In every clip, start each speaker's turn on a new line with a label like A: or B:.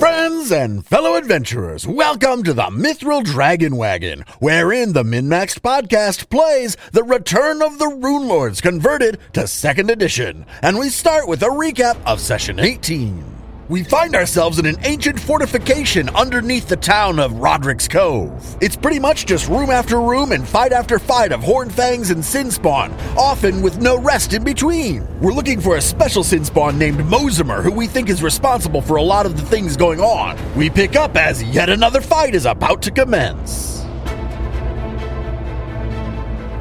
A: Friends and fellow adventurers, welcome to the Mithril Dragon Wagon, wherein the Minmaxed podcast plays the Return of the Rune Lords converted to second edition, and we start with a recap of session 18. We find ourselves in an ancient fortification underneath the town of Roderick's Cove. It's pretty much just room after room and fight after fight of Hornfangs and Sinspawn, often with no rest in between. We're looking for a special Sinspawn named Mosimer, who we think is responsible for a lot of the things going on. We pick up as yet another fight is about to commence.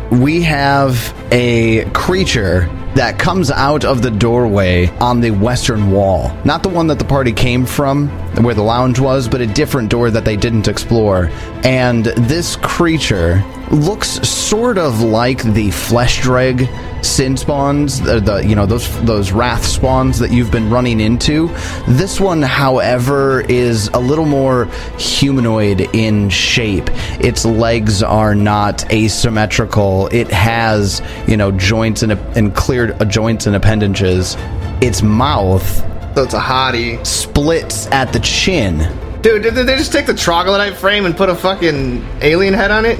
B: we have a creature that comes out of the doorway on the western wall. Not the one that the party came from, where the lounge was, but a different door that they didn't explore. And this creature looks sort of like the flesh dreg sin spawns, the, the you know those those wrath spawns that you've been running into. This one, however, is a little more humanoid in shape. Its legs are not asymmetrical. It has you know joints and and cleared uh, joints and appendages. Its mouth
C: So it's a hottie.
B: splits at the chin.
C: Dude, did they just take the troglodyte frame and put a fucking alien head on it?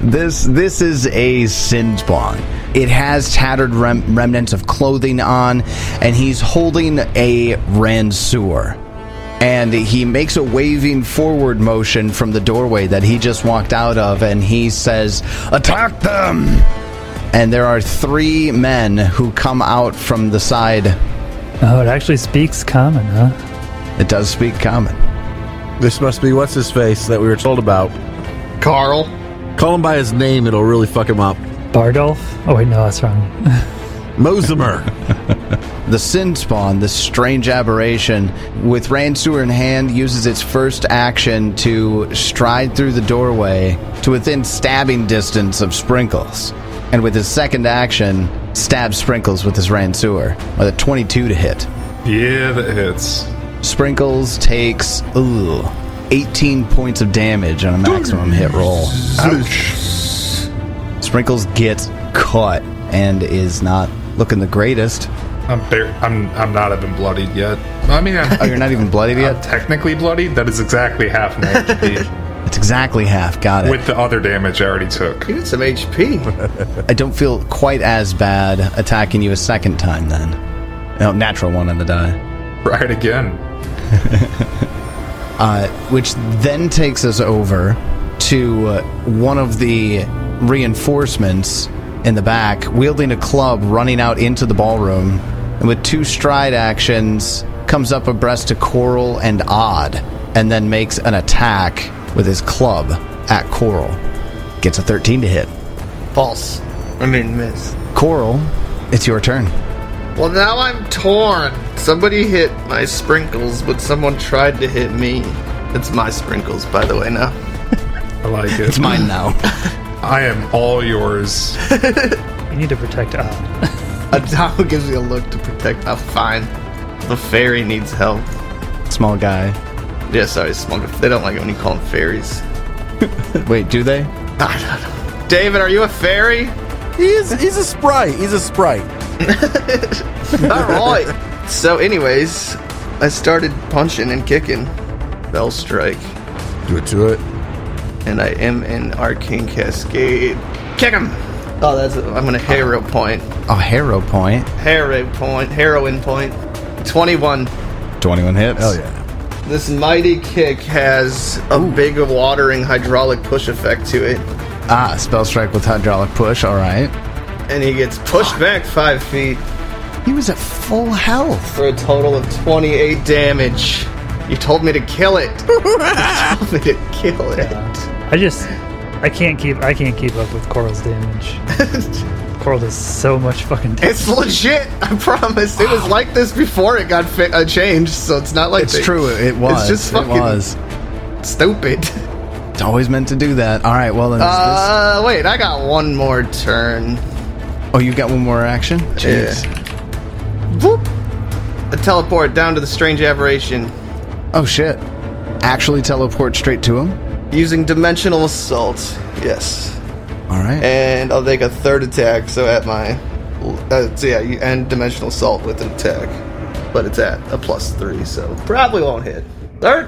B: This this is a sin spawn. It has tattered rem- remnants of clothing on, and he's holding a ransour. And he makes a waving forward motion from the doorway that he just walked out of, and he says, "Attack them!" And there are three men who come out from the side.
D: Oh, it actually speaks common, huh?
B: It does speak common.
E: This must be what's his face that we were told about.
C: Carl.
E: Call him by his name, it'll really fuck him up.
D: Bardolph? Oh, wait, no, that's wrong.
E: Mosimer.
B: The Sin Spawn, this strange aberration, with Ransuer in hand, uses its first action to stride through the doorway to within stabbing distance of Sprinkles. And with his second action, stabs Sprinkles with his Ransuer, with a 22 to hit.
F: Yeah, that hits.
B: Sprinkles takes, ooh, 18 points of damage on a maximum hit roll. Sprinkles gets cut and is not looking the greatest.
F: I'm bare, I'm I'm not even bloodied yet. I mean, I'm,
B: Oh, you're not even bloodied
F: I'm
B: yet?
F: technically bloodied. That is exactly half my HP
B: It's exactly half. Got it.
F: with the other damage I already took.
C: You did some HP.
B: I don't feel quite as bad attacking you a second time then. No, natural one on the die.
F: Try it again.
B: Uh, which then takes us over to uh, one of the reinforcements in the back, wielding a club, running out into the ballroom, and with two stride actions, comes up abreast to Coral and Odd, and then makes an attack with his club at Coral. Gets a 13 to hit.
C: False. I mean, miss.
B: Coral, it's your turn.
C: Well, now I'm torn. Somebody hit my sprinkles, but someone tried to hit me. It's my sprinkles, by the way, now.
F: I like it.
B: It's mine now.
F: I am all yours.
D: You need to protect uh, Odd.
C: Adamo gives me a look to protect. I'm fine. The fairy needs help.
B: Small guy.
C: Yeah, sorry, Smug. They don't like it when you call them fairies.
B: Wait, do they?
C: David, are you a fairy?
A: He's, he's a sprite. He's a sprite.
C: All right. So, anyways, I started punching and kicking. Bell strike,
E: Do it to it.
C: and I am in arcane cascade. Kick him! Oh, that's I'm gonna hero point,
B: Oh, Harrow Point.
C: hero point, heroin point. Twenty-one.
B: 21 hits.
E: Hell yeah.
C: This mighty kick has a big watering hydraulic push effect to it,
B: Ah, spell strike with hydraulic push. All right.
C: and he gets pushed back five feet
B: He was at full health.
C: for a total of twenty-eight damage. You told me to kill it. you told me to kill it.
D: I just, I can't keep, I can't keep up with Coral's damage. Coral does so much fucking damage.
C: It's legit. I promise. It was like this before it got fi- uh, changed, so it's not like
B: It's
C: they-
B: true. It was.
C: It's just
B: it
C: fucking
B: was.
C: stupid.
B: It's always meant to do that. All right. Well, then. is
C: Uh, wait. I got one more turn.
B: this... Oh, you got one more action? Jeez.
C: Boop. I teleport down to the strange aberration
B: Oh, shit. Actually teleport straight to him?
C: using dimensional assault. Yes.
B: All right.
C: And I'll take a third attack. So at my, uh, so yeah, you end dimensional assault with an attack. but it's at a plus three, so probably won't hit.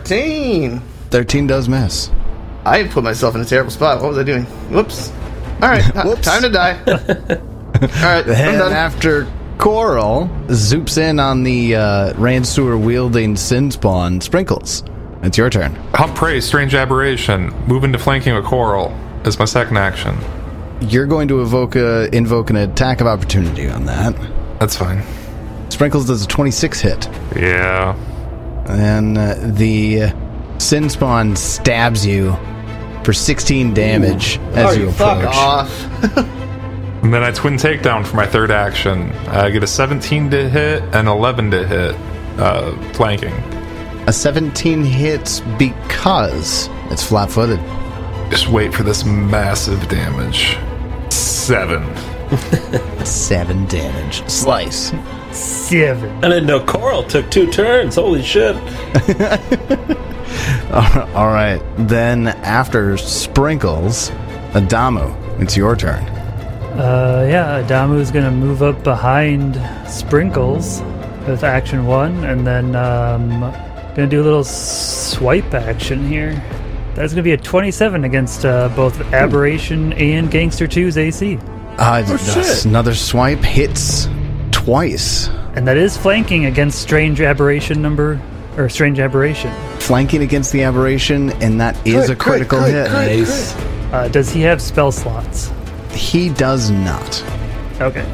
C: 13!
B: 13 does miss.
C: I put myself in a terrible spot. What was I doing? Whoops. All right,
B: Whoops.
C: time to die. All right, I'm
B: And
C: done.
B: after Coral zoops in on the uh, Ransuer wielding Sin Spawn Sprinkles. It's your turn.
F: Hump praise, strange aberration. Move into flanking with Coral is my second action.
B: You're going to evoke a, invoke an attack of opportunity on that.
F: That's fine.
B: Sprinkles does a 26 hit.
F: Yeah.
B: And uh, the uh, Sin Spawn stabs you for 16 damage as you
C: Fuck
B: approach.
C: off.
F: And then I twin takedown for my third action. I get a 17 to hit and 11 to hit, uh, flanking.
B: A 17 hits because it's flat footed.
F: Just wait for this massive damage. Seven.
B: Seven damage. Slice.
D: Seven.
G: I didn't know Coral took two turns. Holy shit.
B: All right. Then after Sprinkles, Adamu, it's your turn.
D: Uh, yeah, Adamu's gonna move up behind Sprinkles with action one, and then um, gonna do a little swipe action here. That's gonna be a 27 against uh, both Aberration and Gangster 2's AC.
B: Uh, that's Another swipe hits twice.
D: And that is flanking against Strange Aberration number, or Strange Aberration.
B: Flanking against the aberration, and that is a critical hit.
G: Nice.
D: Uh, does he have spell slots?
B: He does not.
D: Okay.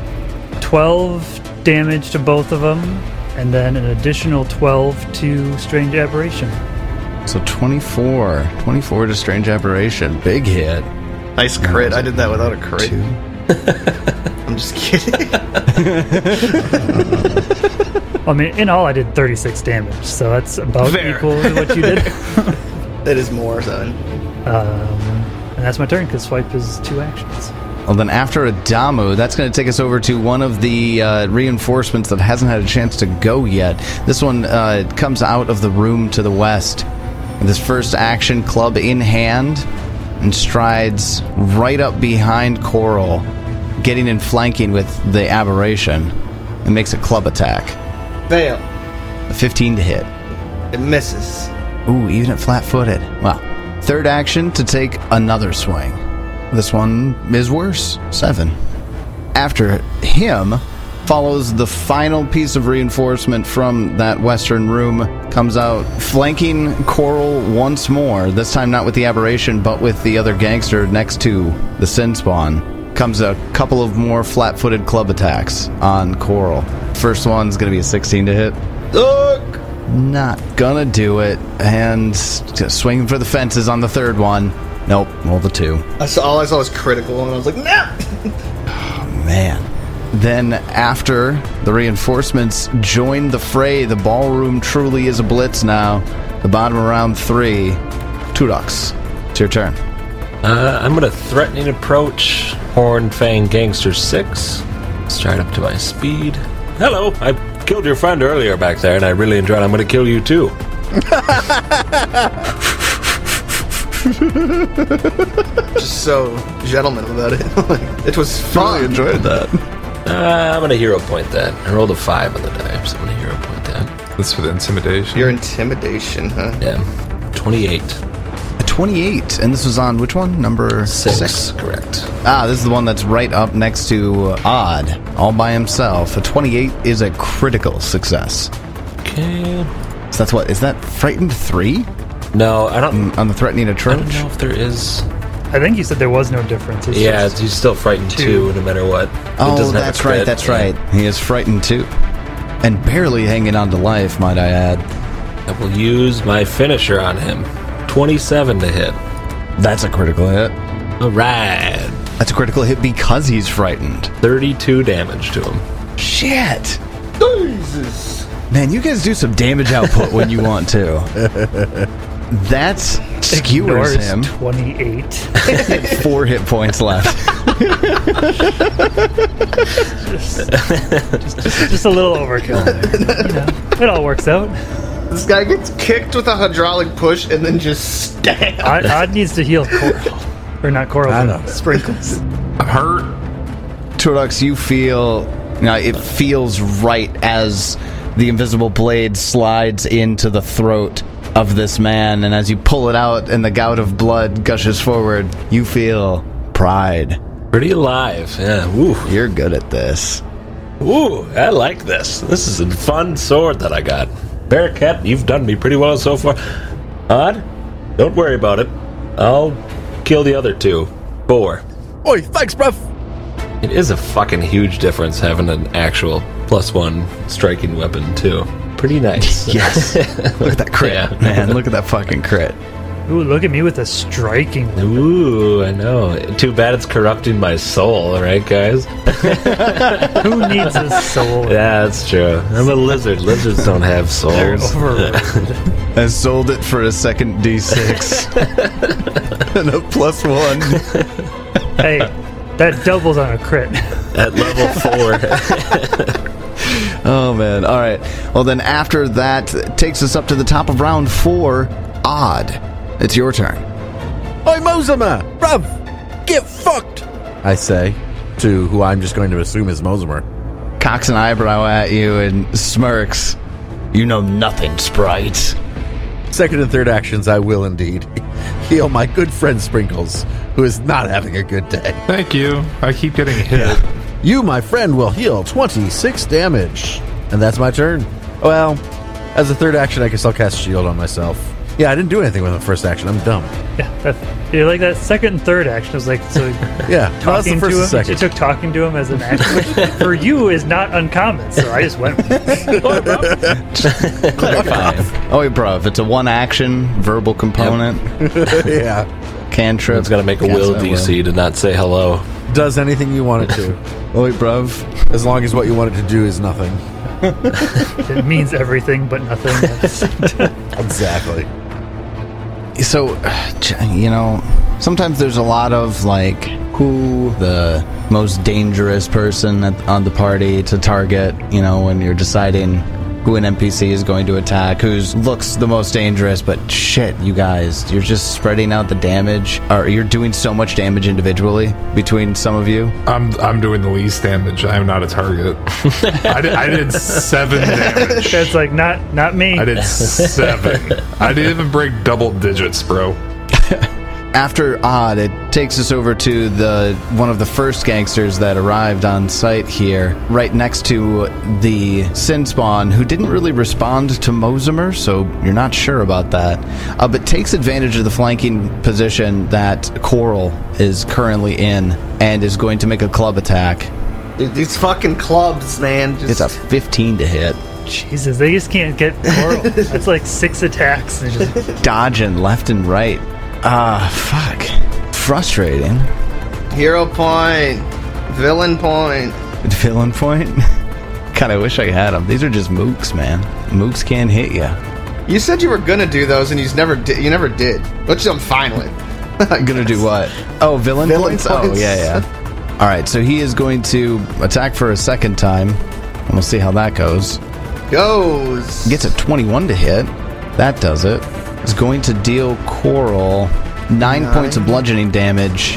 D: 12 damage to both of them, and then an additional 12 to Strange Aberration.
B: So 24. 24 to Strange Aberration. Big hit.
C: Nice crit. I did that without a crit.
B: Two.
C: I'm just kidding.
D: I mean, in all, I did 36 damage, so that's about
C: Fair.
D: equal to what you did.
C: that is more than.
D: Um, and that's my turn, because swipe is two actions.
B: Well, then after Adamu, that's going to take us over to one of the uh, reinforcements that hasn't had a chance to go yet. This one uh, comes out of the room to the west. With his first action, club in hand, and strides right up behind Coral, getting in flanking with the aberration, and makes a club attack.
C: Fail.
B: A 15 to hit.
C: It misses.
B: Ooh, even at flat footed. Wow. Third action to take another swing. This one is worse. Seven. After him follows the final piece of reinforcement from that western room, comes out flanking Coral once more, this time not with the aberration, but with the other gangster next to the Sin Spawn. Comes a couple of more flat footed club attacks on Coral. First one's gonna be a 16 to hit
C: Look!
B: not gonna do it and just swinging for the fences on the third one nope roll the two
C: I saw, all I saw was critical, and I was like, no!
B: man then after the reinforcements join the fray the ballroom truly is a blitz now the bottom of round three two ducks it's your turn
G: Uh, I'm going to threatening approach Horn Fang Gangster 6. Start up to my speed. Hello, I killed your friend earlier back there, and I really enjoyed it. I'm going to kill you too.
C: Just so gentleman about it. Like, it was fun.
B: enjoyed that
G: Uh, I'm going to hero point that. I rolled a 5 on the die, so I'm going to hero point that.
F: That's for the intimidation.
C: Your intimidation, huh?
G: Yeah. 28.
B: a 28 and this was on which one number
G: Six. Correct.
B: ah this is the one that's right up next to uh, odd all by himself a 28 is a critical success
G: Okay.
B: So that's what is that frightened three
G: No, I don't,
B: on the threatening
G: I
B: approach?
G: don't know if there is.
D: I think you said there was no difference. It's
G: Yeah,
D: just-
G: he's still frightened
D: Two.
G: too, no matter what. It
B: Oh,
G: doesn't have a
B: that's right,
G: crit.
B: that's right. He is frightened too, and barely hanging on to life, might I add.
G: I will use my finisher on him. 27 to hit.
B: That's a critical hit.
G: All right.
B: That's a critical hit because he's frightened.
G: 32 damage to him.
B: Shit,
C: Jesus!
B: man, you guys do some damage output when you want to. That skewers
D: ignores
B: him.
D: 28.
B: Four hit points left.
D: just a little overkill there. You know, it all works out.
C: This guy gets kicked with a hydraulic push and then just stabbed.
D: Odd, Odd needs to heal Coral. Or not Coral,
E: I
D: but
E: know.
D: Sprinkles.
F: I'm hurt.
B: Turdox, you feel. Now it feels right as The invisible blade slides into the throat of this man, and as you pull it out and the gout of blood gushes forward, you feel pride.
G: Pretty alive. Yeah. Ooh.
B: You're good at this.
G: Ooh, I like this. This is a fun sword that I got. Bearcat, you've done me pretty well so far. Odd? Don't worry about it. I'll kill the other two. Four.
E: Oi, thanks, bruv.
G: It is a fucking huge difference having an actual plus one striking weapon, too. Pretty nice.
B: Yes. look at that crit,
G: Yeah.
B: man. Look at that fucking crit.
D: Ooh, look at me with a striking.
G: Ooh, I know. Too bad it's corrupting my soul, right, guys?
D: Who needs a soul?
G: Yeah, that's true. I'm a lizard. Lizards don't have souls.
D: Over.
B: I sold it for a second D6 and a plus one.
D: hey, that doubles on a crit.
G: At level four.
B: Oh, man. All right. Well, then after that, it takes us up to the top of round four. Odd. It's your turn.
E: Oi, Mosimer, bruv, get fucked. I say to who I'm just going to assume is Mosimer.
B: Cocks an eyebrow at you and smirks. You know nothing, Sprite.
E: Second and third actions, I will indeed heal my good friend Sprinkles, who is not having a good day.
F: Thank you. I keep getting hit.
E: You, my friend, will heal 26 damage. And that's my turn. Well, as a third action, I can still cast shield on myself. Yeah, I didn't do anything with the first action. I'm dumb.
D: yeah, that, yeah, like that second and third action was like so.
E: Yeah, well, that's the
D: Talking
E: first
D: to
E: and
D: him,
E: second.
D: it took talking to him as an action, which for you is not uncommon. So I just went. with it.
F: Oh,
G: Five.
B: Oh, wait, bro. If it's a one action, verbal component,
E: yeah.
B: cantrip.
G: It's gonna make a
B: Cast
G: will
B: that
G: DC to not say hello.
E: Does anything you want it to,
B: will. Oh, wait, bruv.
E: as long as what you want it to do is nothing.
D: It means everything but nothing. That's-
E: Exactly.
B: so ch- you know sometimes there's a lot of like who the most dangerous person at, on the party to target you know when you're deciding who an npc is going to attack who's looks the most dangerous but shit you guys you're just spreading out the damage or you're doing so much damage individually between some of you
F: I'm I'm doing the least damage. I'm not a target. I, did, I did seven damage.
D: That's like not not me.
F: I did seven. I didn't even break double digits, bro.
B: after odd it takes us over to the one of the first gangsters that arrived on site here right next to the sin spawn who didn't really respond to mosimer so you're not sure about that uh, but takes advantage of the flanking position that coral is currently in and is going to make a club attack
C: Dude, these fucking clubs, man.
B: it's
C: Just,
B: a 15 to hit
D: Jesus, they just can't get Coral. That's like six attacks. And just,
B: dodging left and right ah fuck frustrating
C: hero point, villain point.
B: Villain point? God, I wish I had them. These are just mooks, man. Mooks can hit you.
C: You said you were gonna do those, and you never did. You never did, which I'm fine with.
B: I'm gonna do what? Oh, villain,
C: Villain
B: points? Oh,
C: points.
B: yeah, yeah. All right, so he is going to attack for a second time, and we'll see how that goes.
C: Goes.
B: Gets a 21 to hit. That does it. Is going to deal Coral nine, points of bludgeoning damage,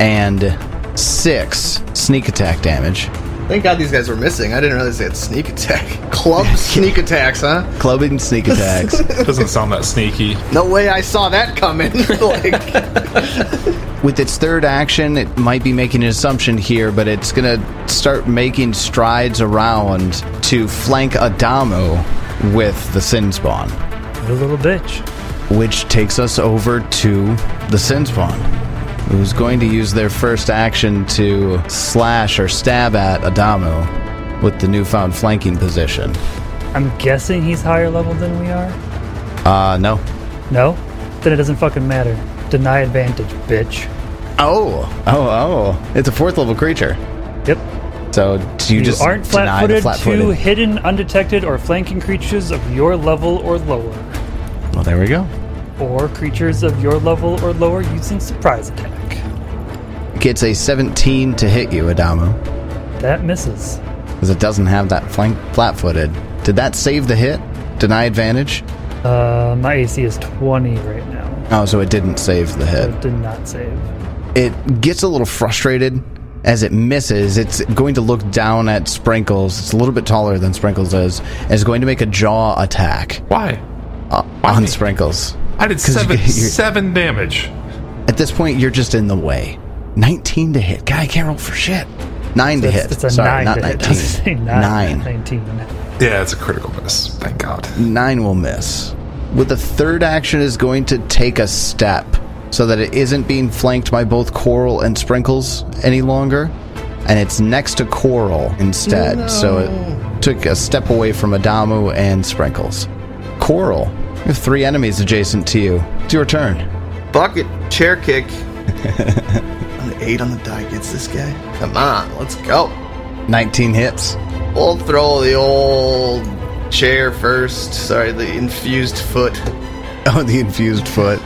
B: and six sneak attack damage.
C: Thank God these guys were missing. I didn't realize they had sneak attack. Club sneak attacks, huh?
B: Clubbing sneak attacks.
F: Doesn't sound that sneaky.
C: No way I saw that coming. like,
B: with its third action, it might be making an assumption here, but it's going to start making strides around to flank Adamu with the Sin Spawn,
D: what a little bitch.
B: which takes us over to the Sin Spawn, who's going to use their first action to slash or stab at Adamu with the newfound flanking position.
D: I'm guessing he's higher level than we are.
B: Uh, no.
D: No? Then it doesn't fucking matter. Deny advantage, bitch.
B: Oh, oh, oh. It's a fourth level creature.
D: Yep.
B: So you,
D: You,
B: just
D: aren't
B: deny the
D: flat-footed to
B: flat-footed.
D: hidden, undetected, or flanking creatures of your level or lower,
B: Well, there we go.
D: or creatures of your level or lower using surprise attack.
B: gets a 17 to hit you, Adamo,
D: That misses.
B: because it doesn't have that flank flat-footed. Did that save the hit? Deny advantage?
D: Uh, my AC is 20 right now.
B: Oh, so it didn't save the
D: So it
B: hit.
D: did not save.
B: It gets a little frustrated As it misses, it's going to look down at Sprinkles. It's a little bit taller than Sprinkles is. And it's going to make a jaw attack
F: Why?
B: uh, on Sprinkles.
F: I did
B: 'Cause you
F: seven
B: get- you're-
F: seven damage.
B: At this point, you're just in the way. 19 to hit. God, I can't roll for shit. 9 to hit.
D: It's a
B: Sorry,
D: nine.
B: not
D: to hit.
B: 19.
D: Doesn't say
B: Nine.
D: nine. 19.
F: Yeah, it's a critical miss. Thank God.
B: Nine will miss. With the third action is going to take a step so that it isn't being flanked by both Coral and Sprinkles any longer, and it's next to Coral instead. So it took a step away from Adamu and Sprinkles. Coral, you have three enemies adjacent to you. It's your turn.
C: Bucket chair kick. An eight on the die gets this guy. Come on, let's go.
B: 19 hits.
C: We'll throw the old chair first. Sorry, the infused foot.
B: Oh, the infused foot.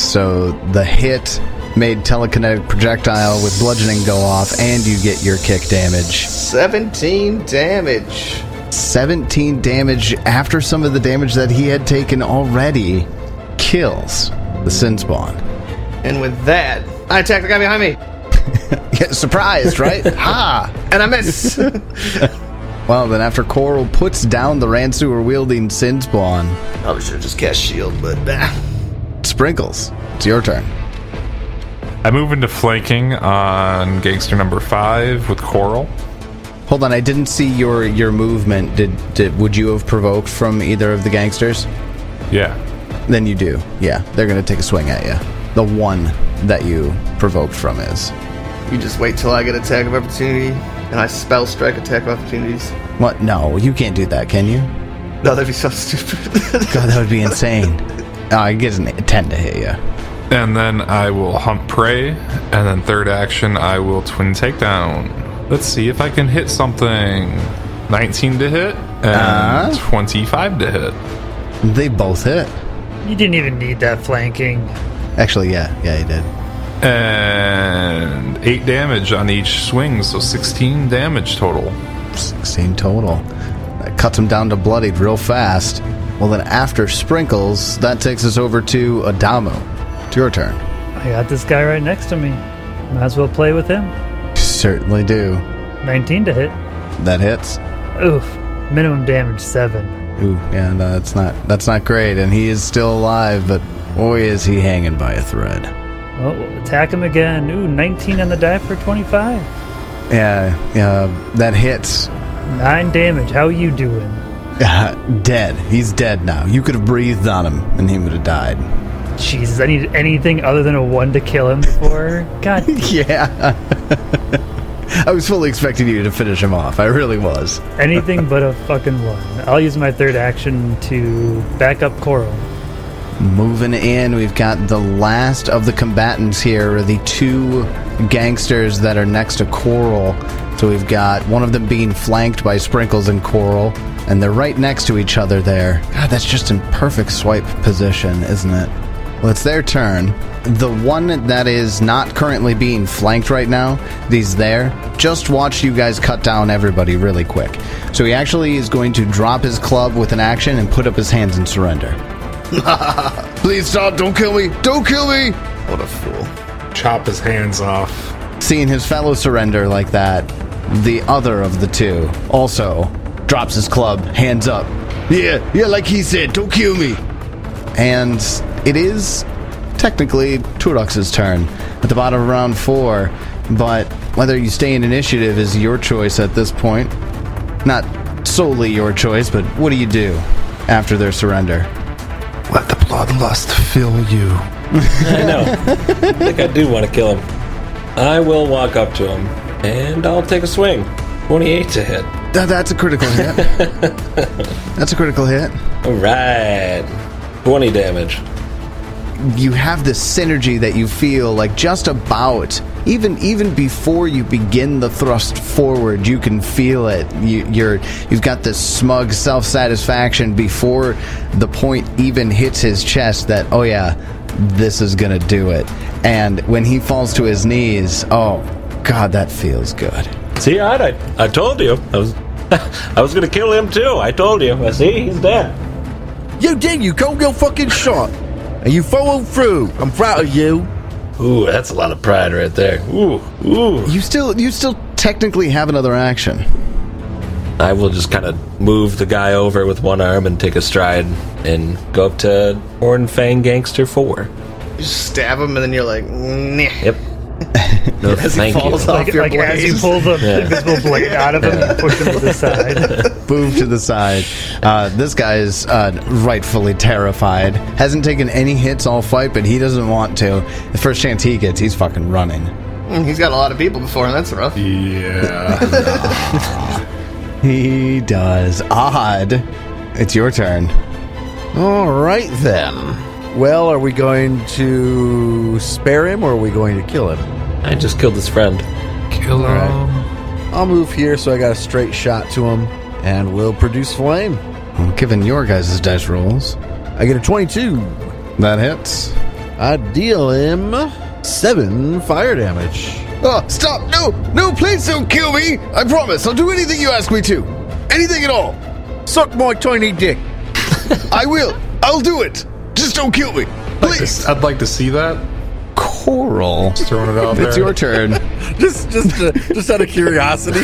B: So the hit made telekinetic projectile with bludgeoning go off, and you get your kick damage.
C: 17 damage.
B: 17 damage after some of the damage that he had taken already kills the Sinspawn.
C: And with that, I attack the guy behind me.
B: Yeah, surprised, right? ha!
C: And I miss.
B: Well, then after Coral puts down the Ransuer wielding Sinspawn,
C: Probably should have just cast shield, but bah.
B: Sprinkles, it's your turn.
F: I move into flanking on gangster number five with Coral.
B: Hold on, I didn't see your your movement. Did, did would you have provoked from either of the gangsters?
F: Yeah.
B: Then you do. Yeah, they're going to take a swing at you. The one that you provoked from is.
C: You just wait till I get attack of opportunity, and I spell strike attack of opportunities.
B: What? No, you can't do that, can you?
C: No, that'd be so stupid.
B: God, that would be insane. Oh, it gets an 10 to hit you.
F: And then I will hunt prey. And then third action, I will twin takedown. Let's see if I can hit something. 19 to hit and
B: Uh-huh.
F: 25 to hit.
B: They both hit.
D: You didn't even need that flanking.
B: Actually, yeah, yeah, he did.
F: And 8 damage on each swing, so 16 damage total.
B: 16 total. That cuts him down to bloodied real fast. Well, then after Sprinkles, that takes us over to Adamu. It's your turn.
D: I got this guy right next to me. Might as well play with him.
B: Certainly do.
D: 19 to hit.
B: That hits.
D: Oof. Minimum damage 7.
B: Ooh, yeah, no, that's uh, not that's not great. And he is still alive, but boy, is he hanging by a thread.
D: Oh, attack him again. Ooh, 19 on the die for 25.
B: Yeah, yeah, Uh, that hits.
D: 9 damage. How you doing?
B: uh, dead. He's dead now. You could have breathed on him, and he would have died.
D: Jesus, I needed anything other than a 1 to kill him before. God.
B: Yeah. I was fully expecting you to finish him off. I really was.
D: Anything but a fucking 1. I'll use my third action to back up Coral.
B: Moving in, we've got the last of the combatants here, are the two gangsters that are next to Coral. So we've got one of them being flanked by Sprinkles and Coral, and they're right next to each other there. God, that's just in perfect swipe position, isn't it? Well, it's their turn. The one that is not currently being flanked right now, these there, just watched you guys cut down everybody really quick. So he actually is going to drop his club with an action and put up his hands and surrender. Please stop, don't kill me, don't kill me!
C: what a fool.
F: Chop his hands off.
B: Seeing his fellow surrender like that, the other of the two also drops his club, hands up. Yeah, yeah, like he said, don't kill me! And it is technically Turox's turn at the bottom of round four, but whether you stay in initiative is your choice at this point. Not solely your choice, but what do you do after their surrender?
F: Let the bloodlust fill you.
G: I know. I think I do want to kill him. I will walk up to him and I'll take a swing. 28 to hit.
B: Th- that's a critical hit. that's a critical hit.
G: All right. 20 damage.
B: you have this synergy that you feel like just about even even before you begin the thrust forward you can feel it you, you're you've got this smug self-satisfaction before the point even hits his chest that oh yeah this is gonna do it and when he falls to his knees oh god that feels good
G: See, I, I, I told you. I was I was going to kill him too. I told you. I see, he's dead.
E: You did. You go get fucking shot, and you follow through. I'm proud of you.
G: Ooh, that's a lot of pride right there. Ooh, ooh.
B: You still you still technically have another action.
G: I will just kind of move the guy over with one arm and take a stride and go up to Orin Fang Gangster 4.
C: You stab him and then you're like, nah.
G: Yep. No,
C: As he
G: thank
C: falls
G: you.
C: off
D: Like,
C: your
D: like as you
C: blades.
D: pull the invisible blade out of him and push him to the side.
B: Move to the side. Uh, this guy is uh, rightfully terrified. Hasn't taken any hits all fight, but he doesn't want to. The first chance he gets, he's fucking running.
C: Mm, He's got a lot of people before him. That's rough.
F: Yeah.
B: He does. Odd. It's your turn.
E: All right then. Well, are we going to spare him or are we going to kill him?
G: I just killed his friend.
F: Kill him.
E: I'll move here so I got a straight shot to him, and we'll produce flame.
B: Well, given your guys' dice rolls,
E: I get a 22.
B: that hits.
E: I deal him seven fire damage.
B: Oh, stop! No! No, please don't kill me! I promise, I'll do anything you ask me to! Anything at all!
E: Suck my tiny dick.
B: I will! I'll do it! Just don't kill me! Please!
F: I'd like to see that.
B: Coral.
F: Throwing it out there.
B: It's your turn.
E: Just, just, uh, just out of curiosity.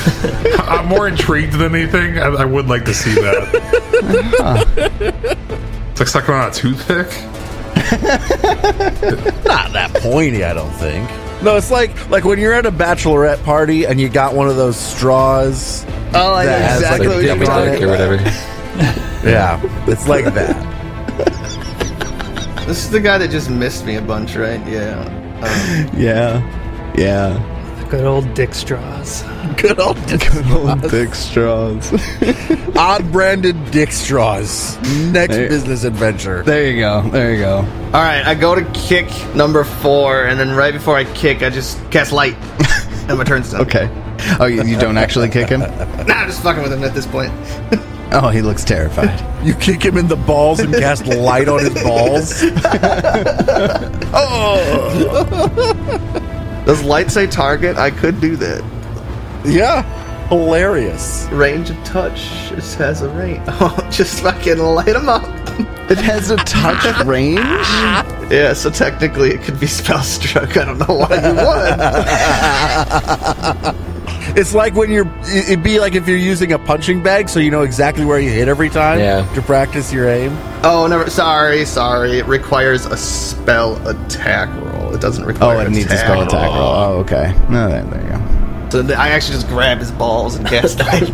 F: I'm more intrigued than anything. I, I would like to see that. it's like sucking on a toothpick.
E: Not that pointy, I don't think. No, it's like like when you're at a bachelorette party and you got one of those straws.
C: Oh, I know
E: That has,
C: exactly
E: like,
C: what
E: a
C: you're
E: dick
C: talking
E: on it.
G: Or whatever.
E: Yeah, it's like that.
C: about. This is the guy that just missed me a bunch, right? Yeah. Um,
B: Yeah. Yeah.
D: Good old dick straws.
E: Good old
B: Dick straws.
E: odd branded dick straws. Next
B: Hey.
E: business adventure.
B: there you go. There you go.
C: all right, I go to kick number four, and then right before I kick, I just cast light, and my turn's done.
B: Okay. Oh, you, you don't actually kick him?
C: Nah, I'm just fucking with him at this point.
B: Oh, he looks terrified.
E: You kick him in the balls and cast light on his balls. Oh,
C: Does light say target? I could do that.
E: Yeah, hilarious.
C: Range of touch. It has a range. Oh, just fucking light him up.
B: It has a touch range?
C: Yeah, so technically it could be spell struck. I don't know why you would.
E: It's like when you're. It'd be like if you're using a punching bag, so you know exactly where you hit every time.
G: Yeah.
E: To practice your aim.
C: Oh, never. Sorry, sorry. It requires a spell attack roll. It doesn't require.
B: Oh, it needs a spell attack roll. Oh, okay. No, there, there you go.
C: So th- I actually just grabbed his balls and cast light.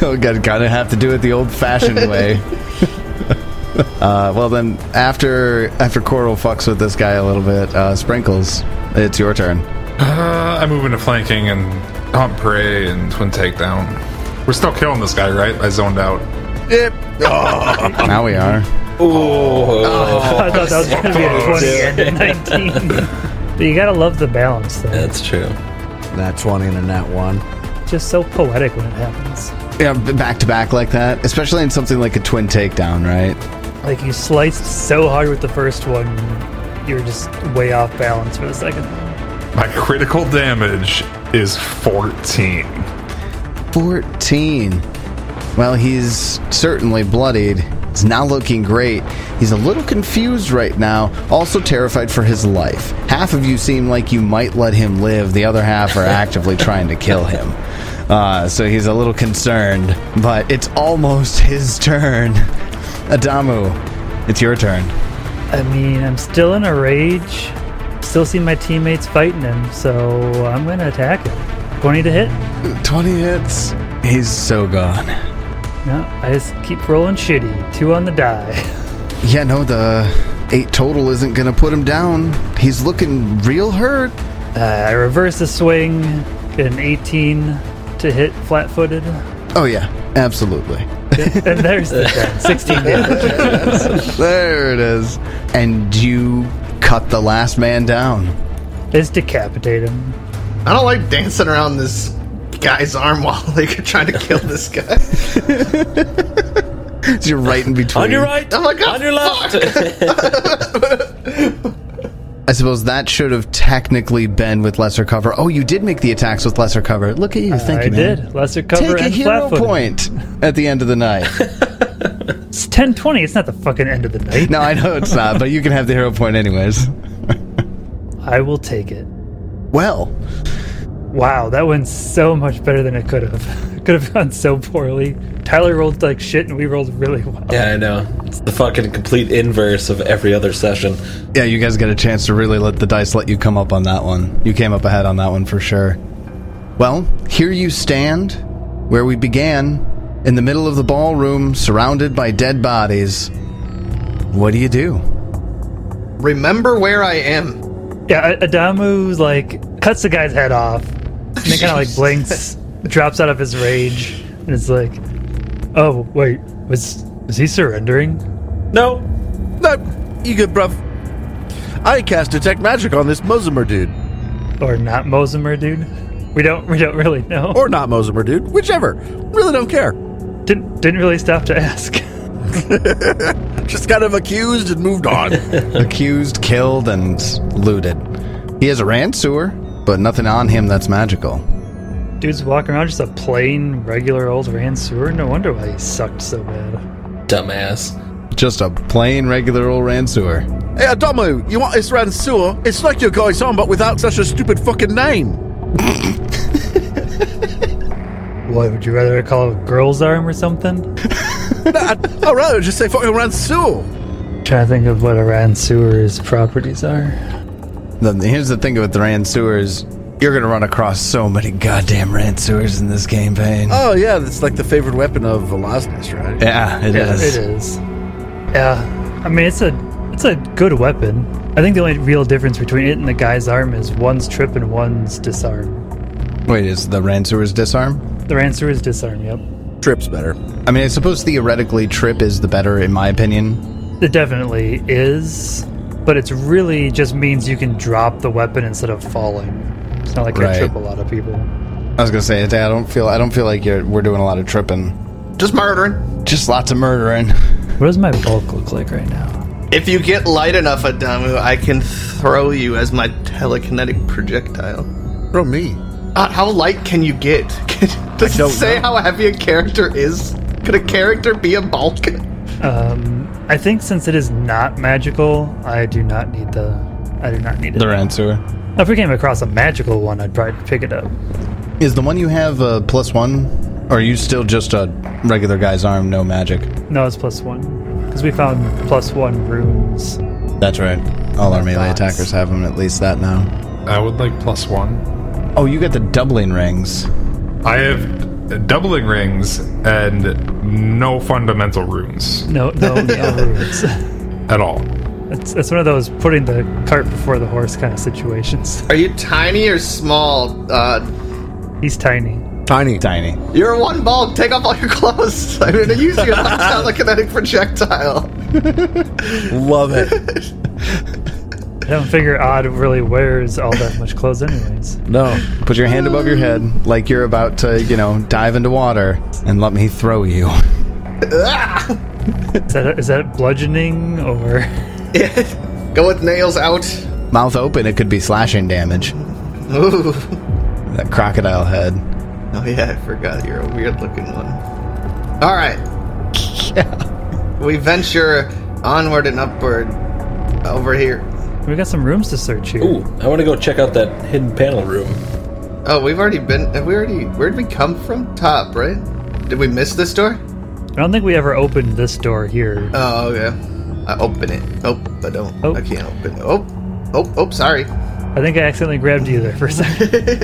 B: Oh, God, gotta have to do it the old-fashioned way. uh, well, then, after after Coral fucks with this guy a little bit, uh, Sprinkles, it's your turn.
F: Uh, I move into flanking and hunt prey and twin takedown. We're still killing this guy, right? I zoned out.
E: Yep.
B: Now we are.
C: Oh.
G: Oh.
D: I thought that was going to be a 20 and a 19. But you gotta love the balance, though.
G: That's true.
E: That twenty and a nat one.
D: It's just so poetic when it happens.
B: Yeah, back to back like that, especially in something like a twin takedown, right?
D: Like you sliced so hard with the first one, you're just way off balance for the second.
F: My critical damage is 14.
B: 14. Well, he's certainly bloodied. He's not looking great. He's a little confused right now, also terrified for his life. Half of you seem like you might let him live, the other half are actively trying to kill him. Uh, so he's a little concerned, but it's almost his turn. Adamu, it's your turn.
D: I mean, I'm still in a rage. Still see my teammates fighting him, so I'm gonna attack him. 20 to hit.
B: 20 hits. He's so gone.
D: No, I just keep rolling shitty. Two on the die.
B: Yeah, no, the eight total isn't going to put him down. He's looking real hurt.
D: Uh, I reverse the swing, get an 18 to hit flat footed.
B: Oh, yeah, absolutely.
D: And there's the die. 16 damage.
B: There it is. And you cut the last man down.
D: Let's decapitate him.
C: I don't like dancing around this guy's arm while like you're trying to kill this guy.
B: So you're right in between.
G: On your right!
C: Oh my god!
G: On your left!
B: I suppose that should have technically been with lesser cover. Oh, you did make the attacks with lesser cover. Look at you. Thank
D: I
B: you, man.
D: did. Lesser cover
B: Take a
D: and
B: hero
D: flat footed.
B: point at the end of the night.
D: It's ten twenty. It's not the fucking end of the night.
B: No, I know it's not, but you can have the hero point anyways.
D: I will take it.
B: Well,
D: Wow, that went so much better than it could have. Could have gone so poorly. Tyler rolled like shit, and we rolled really well.
G: Yeah, I know. It's the fucking complete inverse of every other session.
B: yeah, you guys get a chance to really let the dice let you come up on that one. You came up ahead on that one for sure. Well, here you stand, where we began, in the middle of the ballroom, surrounded by dead bodies. What do you do?
C: Remember where I am.
D: Yeah, Adamu like cuts the guy's head off, and then kind of like blinks, drops out of his rage, and it's like, "Oh wait, was is he surrendering?"
G: No,
E: No, you good, bruv. I cast detect magic on this Mosimer dude,
D: Or not Mosimer, dude? We don't we don't really know.
E: or not Mosimer dude, whichever. Really don't care.
D: didn't didn't really stop to ask.
E: Just kind of accused and moved on.
B: accused, killed, and looted. He has a Ransewer, but nothing on him that's magical.
D: Dude's walking around just a plain, regular old Ransewer. No wonder why he sucked so bad.
G: dumbass.
B: Just a plain, regular old Ransewer.
E: hey, Adamu, uh, you want this Ransour? It's like your guy's on, but without such a stupid fucking name.
D: What would you rather call it a girl's arm or something?
E: No, I'd, I'd rather just say fucking Ransour.
D: Trying to think of what a Ransewer's properties are.
B: The, here's the thing with the Ransewers. You're gonna run across so many goddamn Ransewers in this campaign.
E: Oh, yeah, that's like the favorite weapon of Velazquez, right?
B: yeah, it
D: Yeah,
B: is.
D: It is. Yeah, I mean it's a it's a good weapon. I think the only real difference between it and the guy's arm is one's trip and one's disarm.
B: Wait, is the Ransewers disarm?
D: The Ransewer is disarm. Yep.
E: Trip's better.
B: I mean, I suppose theoretically, trip is the better, in my opinion.
D: It definitely is, but it's really just means you can drop the weapon instead of falling. It's not like
B: Right.
D: I trip a lot of people.
B: I was gonna say, I don't feel, I don't feel like you're, we're doing a lot of tripping.
C: Just murdering.
B: Just lots of murdering.
D: What does my bulk look like right now?
C: If you get light enough, Adamu, I can throw you as my telekinetic projectile.
E: From me.
C: Uh, how light can you get? Does it
E: don't
C: say
E: know.
C: how heavy a character is? Could a character be a bulk?
D: Um, I think since it is not magical, I do not need the. I do not need it.
B: The Ransewer.
D: Now, if we came across a magical one, I'd probably pick it up.
B: Is the one you have a plus one? Or are you still just a regular guy's arm, no magic?
D: No, it's plus one because we found plus one runes.
B: That's right. All our melee
D: Dots.
B: attackers have them, at least that now.
F: I would like plus one.
B: Oh, you got the doubling rings.
F: I have doubling rings and no fundamental runes
D: No, no, no runes.
F: at all.
D: It's, it's one of those putting the cart before the horse kind of situations.
C: Are you tiny or small? Uh,
D: He's tiny.
E: Tiny.
B: Tiny.
C: you're one bulk. Take off all your clothes. I'm gonna use you as my telekinetic projectile.
E: Love it.
D: I don't figure Odd really wears all that much clothes, anyways.
E: No.
B: Put your hand above your head like you're about to, you know, dive into water and let me throw you.
D: Is that is that bludgeoning or?
C: Go with nails out.
B: Mouth open, it could be slashing damage.
C: Ooh.
B: That crocodile head.
C: Oh yeah, I forgot you're a weird looking one. All right. We venture onward and upward over here.
D: We got some rooms to search here.
G: Ooh, I want to go check out that hidden panel room.
C: Oh, we've already been. Have we already? Where did we come from? Top, right? Did we miss this door?
D: I don't think we ever opened this door here.
C: Oh, okay. I open it. Oh, I don't.
D: Oh.
C: I can't open it. Oh, oh, oh, sorry.
D: I think I accidentally grabbed you there for a second.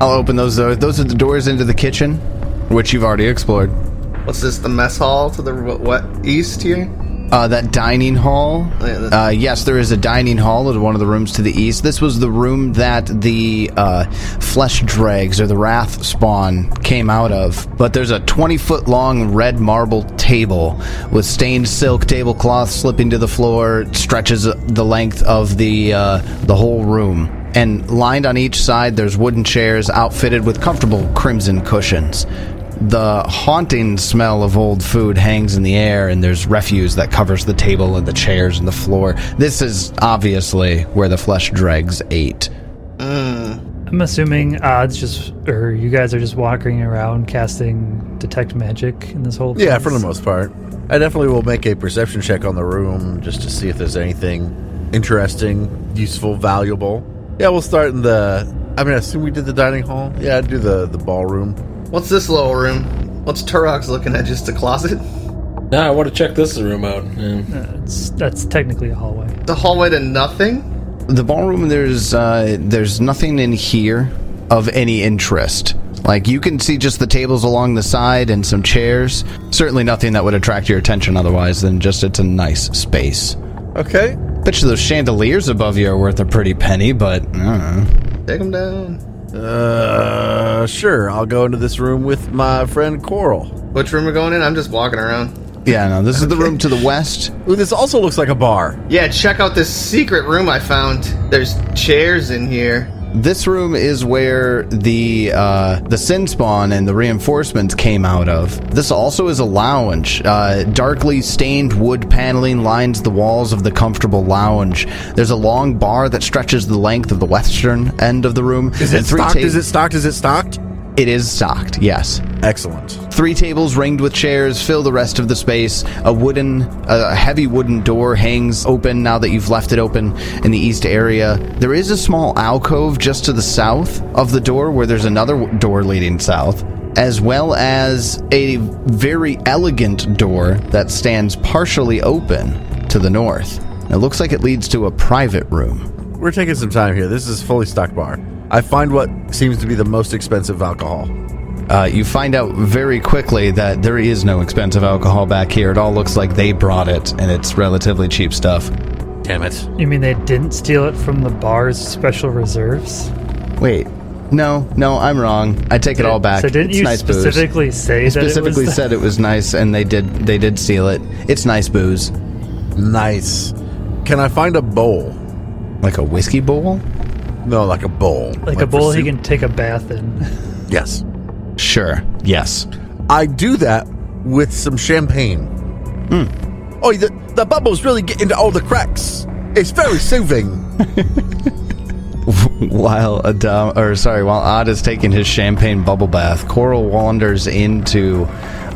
B: I'll open those doors. Those are the doors into the kitchen, which you've already explored.
C: What's this? The mess hall to the what, what east here?
B: Uh, that dining hall.
C: Oh, yeah, that's-
B: Uh, yes, there is a dining hall in one of the rooms to the east. This was the room that the uh, flesh dregs or the wrath spawn came out of. But there's a 20 foot long red marble table with stained silk tablecloth slipping to the floor, stretches the length of the uh, the whole room. And lined on each side, there's wooden chairs outfitted with comfortable crimson cushions. The haunting smell of old food hangs in the air, and there's refuse that covers the table and the chairs and the floor. This is obviously where the flesh dregs ate.
D: I'm assuming odds just, or you guys are just walking around casting detect magic in this whole.
E: Yeah,
D: place?
E: for the most part. I definitely will make a perception check on the room just to see if there's anything interesting, useful, valuable. Yeah, we'll start in the. I mean, I assume we did the dining hall. Yeah, I'd do the the ballroom.
C: What's this little room? What's Turok's looking at? Just a closet?
G: Now I want to check this room out. Mm. Yeah.
D: That's, that's technically a hallway.
C: The hallway to nothing?
B: The ballroom, there's uh, there's nothing in here of any interest. Like you can see just the tables along the side and some chairs. Certainly nothing that would attract your attention otherwise than just it's a nice space.
E: Okay.
B: Bet you those chandeliers above you are worth a pretty penny, but uh, I don't know.
C: Take him down.
E: Uh, sure. I'll go into this room with my friend Coral.
C: Which room are we going in? I'm just walking around.
B: yeah, no. This is the room to the west.
E: Ooh, this also looks like a bar.
C: Yeah, check out this secret room I found. There's chairs in here.
B: This room is where the uh, the sin spawn and the reinforcements came out of. This also is a lounge. Uh, darkly stained wood paneling lines the walls of the comfortable lounge. There's a long bar that stretches the length of the western end of the room.
E: Is it
B: and three
E: stocked?
B: ta-
E: Is it stocked? Is it stocked?
B: It is stocked. Yes.
E: Excellent.
B: Three tables ringed with chairs fill the rest of the space. A wooden, a heavy wooden door hangs open now that you've left it open in the east area. There is a small alcove just to the south of the door where there's another w- door leading south, as well as a very elegant door that stands partially open to the north. It looks like it leads to a private room.
E: We're taking some time here. This is fully stocked bar. I find what seems to be the most expensive alcohol.
B: Uh, you find out very quickly that there is no expensive alcohol back here. It all looks like they brought it, and it's relatively cheap stuff.
E: Damn it.
D: You mean they didn't steal it from the bar's special reserves?
B: Wait. No, no, I'm wrong. I take it all back.
D: So didn't
B: It's
D: you
B: nice booze.
D: specifically say
B: I
D: that
B: specifically
D: it was
B: said it was nice and they did they did steal it. It's nice booze.
E: Nice. Can I find a bowl?
B: Like a whiskey bowl?
E: No, like a bowl.
D: like a
E: for
D: bowl he
E: soup?
D: can take a bath in?
E: Yes.
B: Sure. Yes.
E: I do that with some champagne. Oh, the, the bubbles really get into all the cracks. It's very soothing.
B: While Adam or sorry, while Odd is taking his champagne bubble bath, Coral wanders into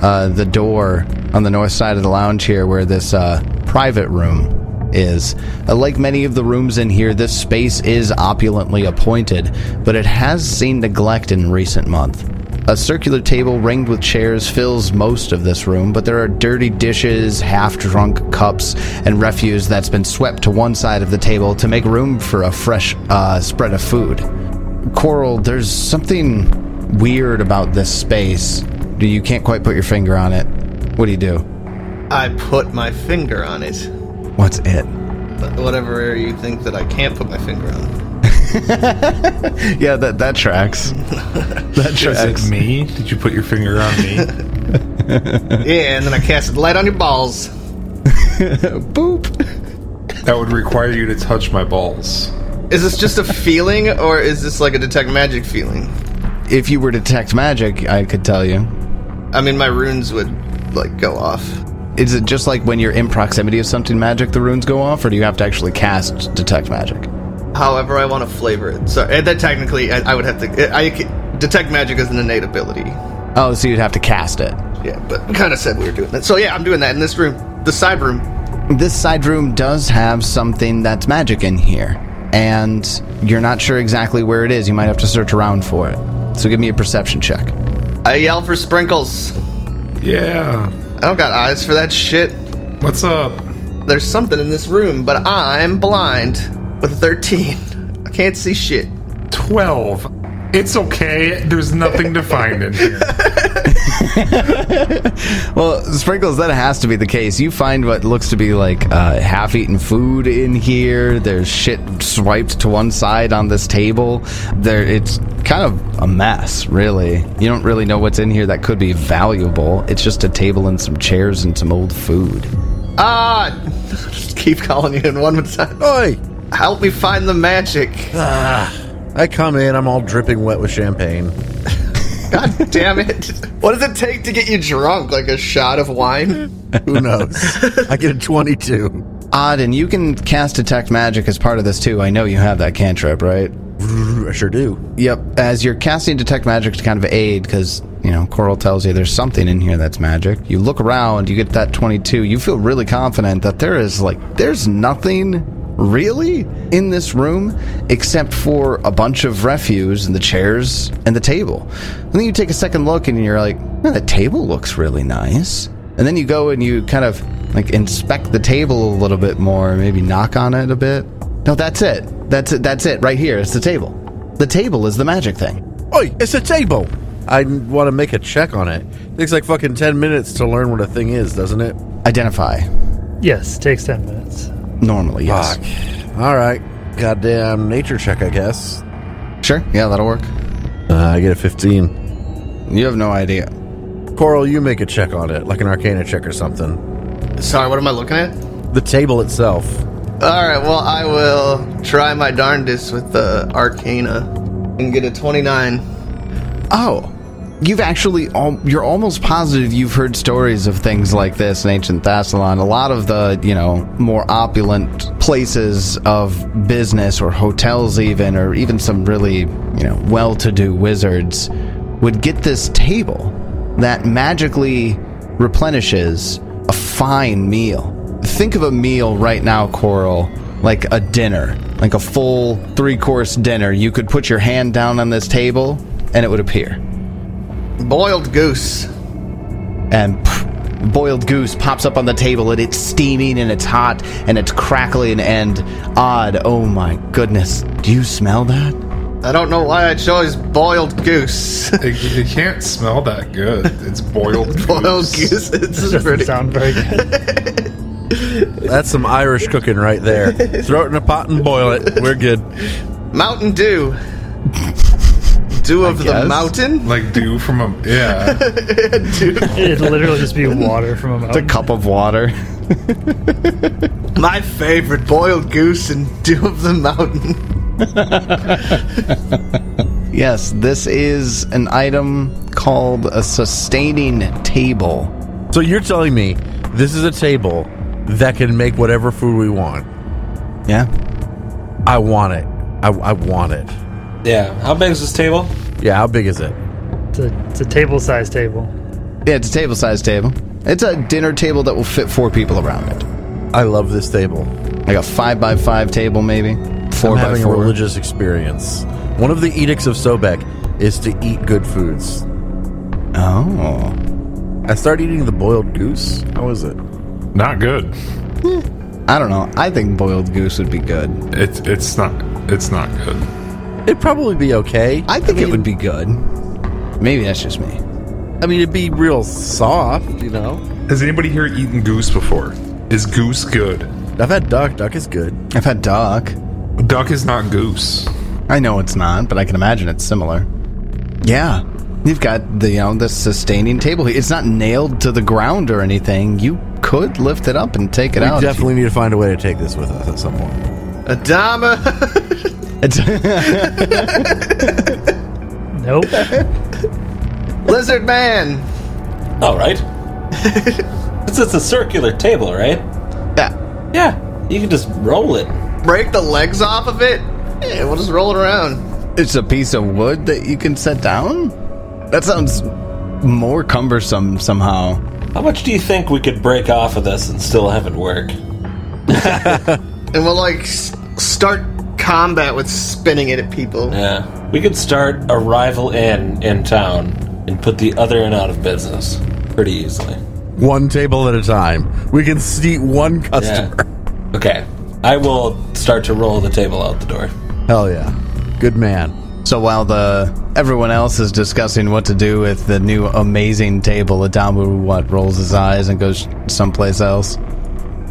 B: uh, the door on the north side of the lounge here where this uh, private room is. Uh, like many of the rooms in here, this space is opulently appointed, but it has seen neglect in recent months. A circular table ringed with chairs fills most of this room, but there are dirty dishes, half drunk cups, and refuse that's been swept to one side of the table to make room for a fresh uh, spread of food. Coral, there's something weird about this space. Do You can't quite put your finger on it. What do you do?
C: I put my finger on it.
B: What's it?
C: But whatever you think that I can't put my finger on.
B: Yeah, that, that tracks. that
F: Is
B: tracks.
F: it me? Did you put your finger on me?
C: Yeah, and then I casted light on your balls.
B: Boop.
F: that would require you to touch my balls.
C: Is this just a feeling, or is this like a detect magic feeling?
B: If you were to detect magic, I could tell you.
C: I mean, my runes would like go off.
B: Is it just like when you're in proximity of something magic, the runes go off, or do you have to actually cast detect magic?
C: However, I want to flavor it. So eh, that technically, I, I would have to. eh, I, I c- detect magic is an innate ability.
B: Oh, so you'd have to cast it.
C: Yeah, but we kind of said we were doing that. So yeah, I'm doing that in this room, the side room.
B: This side room does have something that's magic in here, and you're not sure exactly where it is. You might have to search around for it. So give me a perception check.
C: I yell for sprinkles.
F: Yeah.
C: I don't got eyes for that shit.
F: What's up?
C: There's something in this room, but I'm blind with 13. I can't see shit.
F: 12. It's okay. There's nothing to find in here.
B: Well, sprinkles, that has to be the case. You find what looks to be like uh, half eaten food in here. There's shit swiped to one side on this table. There, It's kind of a mess, really. You don't really know what's in here that could be valuable. It's just a table and some chairs and some old food.
C: Ah! Just keep calling you in one more time.
E: Oi!
C: Help me find the magic.
E: I come in, I'm all dripping wet with champagne.
C: God damn it. What does it take to get you drunk? Like a shot of wine?
E: Who knows? I get a 22.
B: Odd, and you can cast detect magic as part of this too. I know you have that cantrip, right?
E: I sure do.
B: Yep. As you're casting detect magic to kind of aid, because you know Coral tells you there's something in here that's magic. You look around, you get that 22. You feel really confident that there is like there's nothing really in this room except for a bunch of refuse and the chairs and the table. And then you take a second look and you're like, "Man, the table looks really nice. And then you go and you kind of like inspect the table a little bit more, maybe knock on it a bit. No, that's it. That's it. That's it. Right here. It's the table. The table is the magic thing.
E: Oi, it's a table. I want to make a check on it. Takes like fucking ten minutes to learn what a thing is, doesn't it?
B: Identify.
D: Yes, takes 10 minutes.
B: Normally, yes.
E: Fuck. All right. Goddamn nature check, I guess.
B: Sure. Yeah, that'll work.
E: Uh, I get a fifteen.
B: You have no idea.
E: Coral, you make a check on it, like an Arcana check or something.
C: Sorry, what am I looking at?
E: The table itself.
C: All right, well, I will try my darndest with the Arcana and get a 29.
B: Oh, you've actually al- you're almost positive you've heard stories of things like this in ancient Thassalon. A lot of the you know more opulent places of business or hotels, even or even some really you know well-to-do wizards would get this table that magically replenishes a fine meal. Think of a meal right now, Coral, like a dinner, like a full three-course dinner. You could put your hand down on this table, and it would appear
C: Boiled goose.
B: and pff, boiled goose pops up on the table and it's steaming and it's hot and it's crackling and odd. Oh my goodness. Do you smell that?
C: I don't know why I chose boiled goose.
F: It, it can't smell that good. It's boiled
C: boiled
F: goose.
C: goose. It's
D: Doesn't
C: pretty.
D: sound very good.
E: That's some Irish cooking right there. Throw it in a pot and boil it. We're good.
C: Mountain Dew. Dew of the
B: guess.
C: mountain?
F: Like dew from a yeah.
D: It'd literally just be water from a mountain.
B: cup of water.
C: My favorite boiled goose and dew of the mountain.
B: yes, this is an item called a sustaining table.
E: So you're telling me this is a table that can make whatever food we want.
B: Yeah?
E: I want it. I, I want it.
G: Yeah. How big is this table?
E: Yeah, how big is it?
D: It's a, it's a table sized table.
B: Yeah, it's a table sized table. It's a dinner table that will fit four people around it.
E: I love this table.
B: Like a five by five table, maybe. 4
E: I'm
B: by
E: having a
B: four.
E: religious experience. One of the edicts of Sobek is to eat good foods.
B: oh.
E: I started eating the boiled goose. How is it?
F: Not good.
B: I don't know. I think boiled goose would be good.
F: It's it's not it's not good.
E: It'd probably be okay.
B: I think it
E: mean-
B: would be good. Maybe that's just me.
E: I mean, it'd be real soft, you know.
F: Has anybody here eaten goose before? Is goose good?
E: I've had duck. Duck is good.
B: I've had duck.
F: Duck is not goose.
B: I know it's not, but I can imagine it's similar. Yeah. You've got the you know the sustaining table. It's not nailed to the ground or anything. You could lift it up and take it
E: We
B: out. if you-
E: definitely need to find a way to take this with us at some point.
C: Adama.
B: It's-
D: Nope.
C: Lizard man.
G: All right. it's it's a circular table, right?
B: yeah.
G: Yeah. You can just roll it.
C: Break the legs off of it. Yeah, we'll just roll it around.
B: It's a piece of wood that you can set down? That sounds more cumbersome somehow.
G: How much do you think we could break off of this and still have it work?
C: And we'll like s- start combat with spinning it at people.
G: Yeah. We could start a rival inn in town and put the other inn out of business pretty easily.
E: One table at a time. We can seat one
G: Yeah.
E: customer.
G: Okay. I will start to roll the table out the door.
E: Hell yeah. Good man.
B: So while the everyone else is discussing what to do with the new amazing table, Adamu what rolls his eyes and goes someplace else.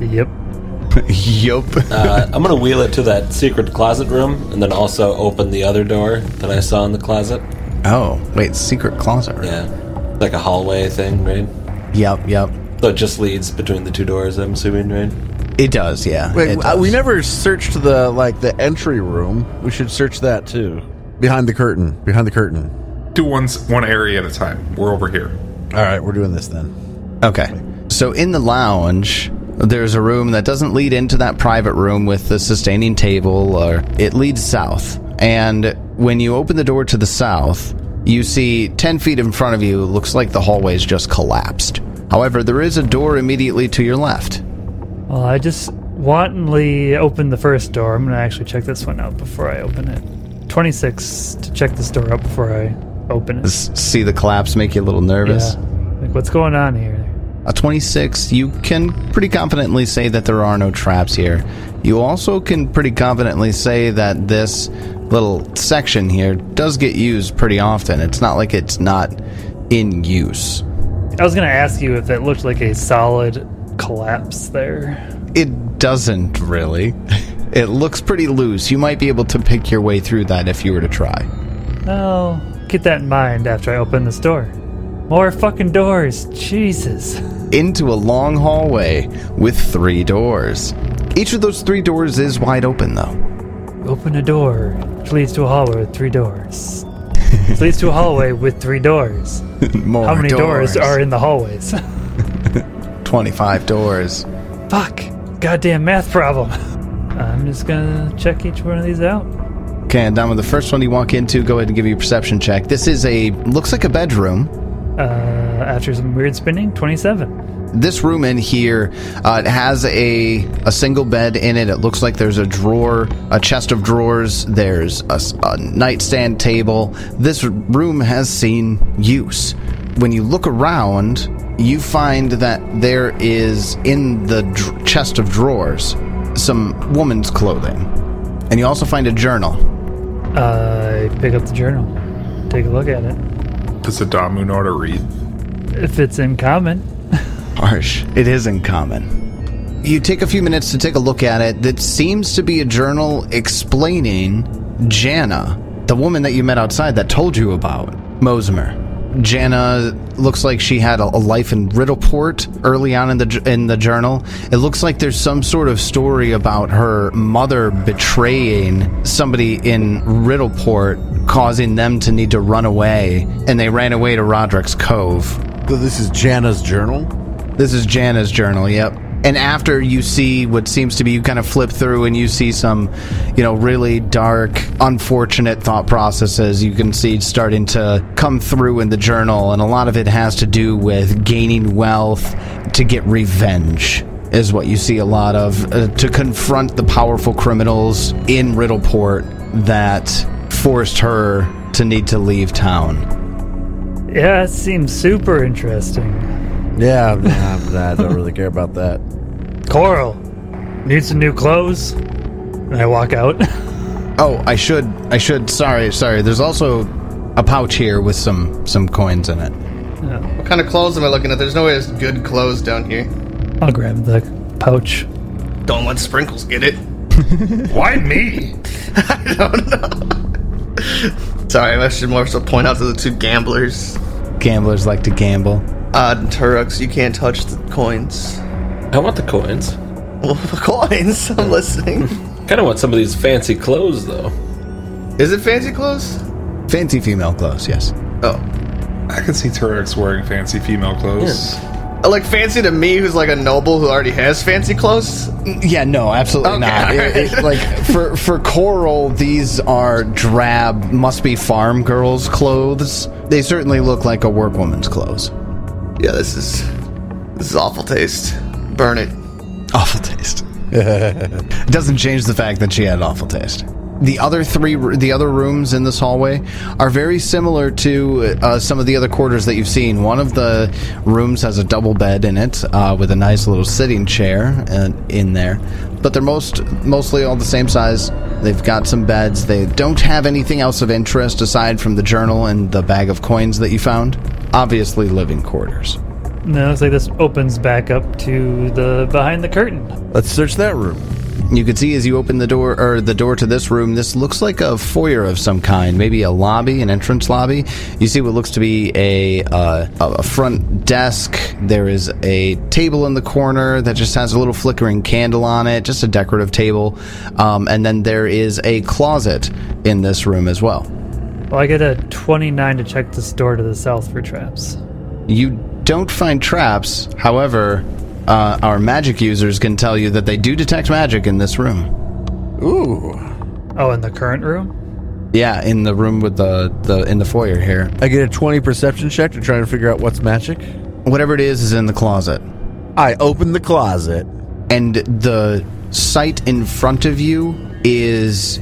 D: yep.
B: yup.
G: Uh, I'm gonna wheel it to that secret closet room and then also open the other door that I saw in the closet.
B: oh wait, secret closet. room.
G: Yeah. Like a hallway thing, right?
B: Yep, yep.
G: So it just leads between the two doors, I'm assuming, right?
B: It does. Yeah.
E: Wait,
B: it
E: uh, we
B: does.
E: never searched the like the entry room. We should search that too. Behind the curtain. Behind the curtain.
F: Do one s- one area at a time. We're over here.
E: All right, we're doing this then.
B: Okay. So in the lounge, there's a room that doesn't lead into that private room with the sustaining table, or it leads south. and when you open the door to the south, you see 10 feet in front of you, looks like the hallway's just collapsed. However, there is a door immediately to your left.
D: Well, I just wantonly opened the first door. I'm going to actually check this one out before I open it. 26 to check this door out before I open it.
B: S- See the collapse make you a little nervous?
D: Like, what's going on here?
B: A 26, you can pretty confidently say that there are no traps here. You also can pretty confidently say that this little section here does get used pretty often. It's not like it's not in use.
D: I was going to ask you if that looked like a solid collapse there.
B: It doesn't really. It looks pretty loose. You might be able to pick your way through that if you were to try.
D: I'll keep that in mind after I open this door. More fucking doors. Jesus.
B: Into a long hallway with three doors. Each of those three doors is wide open, though.
D: Open a door, which leads to a hallway with three doors. Which leads to a hallway with three doors.
B: More
D: How many doors are in the hallways?
B: 25 doors.
D: Fuck. Goddamn math problem. I'm just gonna check each one of these out.
B: Okay, and Dama, the first one you walk into, go ahead and give you a perception check. This is a looks like a bedroom.
D: Uh, after some weird spinning, 27.
B: This room in here, uh, it has a a single bed in it. It looks like there's a drawer, a chest of drawers. There's a, s- a nightstand table. This room has seen use. When you look around, you find that there is in the dr- chest of drawers some woman's clothing, and you also find a journal.
D: Uh, I pick up the journal, take a look at it.
F: Does Adamu know how to read?
D: If it's in common,
B: Harsh. It is uncommon. You take a few minutes to take a look at it. That seems to be a journal explaining Jana, the woman that you met outside that told you about Mosmer. Jana looks like she had a, a life in Riddleport early on in the j- in the journal. It looks like there's some sort of story about her mother betraying somebody in Riddleport, causing them to need to run away, and they ran away to Roderick's Cove.
E: So this is Jana's journal.
B: This is Jana's journal, yep. And after you see what seems to be, you kind of flip through and you see some, you know, really dark, unfortunate thought processes you can see starting to come through in the journal. And a lot of it has to do with gaining wealth to get revenge, is what you see a lot of, uh, to confront the powerful criminals in Riddleport that forced her to need to leave town.
D: yeah, it seems super interesting.
E: Yeah, nah, nah, I don't really care about that.
D: Coral, need some new clothes? And I walk out.
B: Oh, I should. I should. Sorry, sorry. There's also a pouch here with some some coins in it.
C: What kind of clothes am I looking at? There's no way there's good clothes down here.
D: I'll grab the pouch.
C: Don't let Sprinkles get it.
F: Why me?
C: I don't know. Sorry, I should more so point out to the two gamblers.
B: Gamblers like to gamble.
C: Uh, Turux, you can't touch the coins.
G: I want the coins.
C: Well, the coins, I'm listening.
G: Kind of want some of these fancy clothes, though.
C: Is it fancy clothes?
B: Fancy female clothes, yes.
C: Oh.
F: I could see Turex wearing fancy female clothes.
C: Like fancy to me, who's like a noble who already has fancy clothes?
B: Yeah, no, absolutely
C: Okay,
B: not. It- it-
C: alright.
B: like for for Coral, these are drab, must be farm girls' clothes. They certainly look like a workwoman's clothes.
C: Yeah, this is. This is awful taste. Burn it.
B: Awful taste. it doesn't change the fact that she had awful taste. The other three, the other rooms in this hallway are very similar to uh, some of the other quarters that you've seen. One of the rooms has a double bed in it uh, with a nice little sitting chair uh, in there, but they're most mostly all the same size. They've got some beds. They don't have anything else of interest aside from the journal and the bag of coins that you found. Obviously, living quarters.
D: No, it's like this opens back up to the behind the curtain.
E: Let's search that room.
B: You can see as you open the door or the door to this room, this looks like a foyer of some kind, maybe a lobby, an entrance lobby. You see what looks to be a uh, a a front desk. There is a table in the corner that just has a little flickering candle on it, just a decorative table. Um, and then there is a closet in this room as well.
D: Well, I get a 29 to check this door to the south for traps.
B: You don't find traps, however, uh, our magic users can tell you that they do detect magic in this room.
E: Ooh,
D: Oh, in the current room?
B: Yeah, in the room with the, the in the foyer here.
E: I get a 20 perception check to try and figure out what's magic.
B: Whatever it is is in the closet.
E: I open the closet.
B: and the sight in front of you is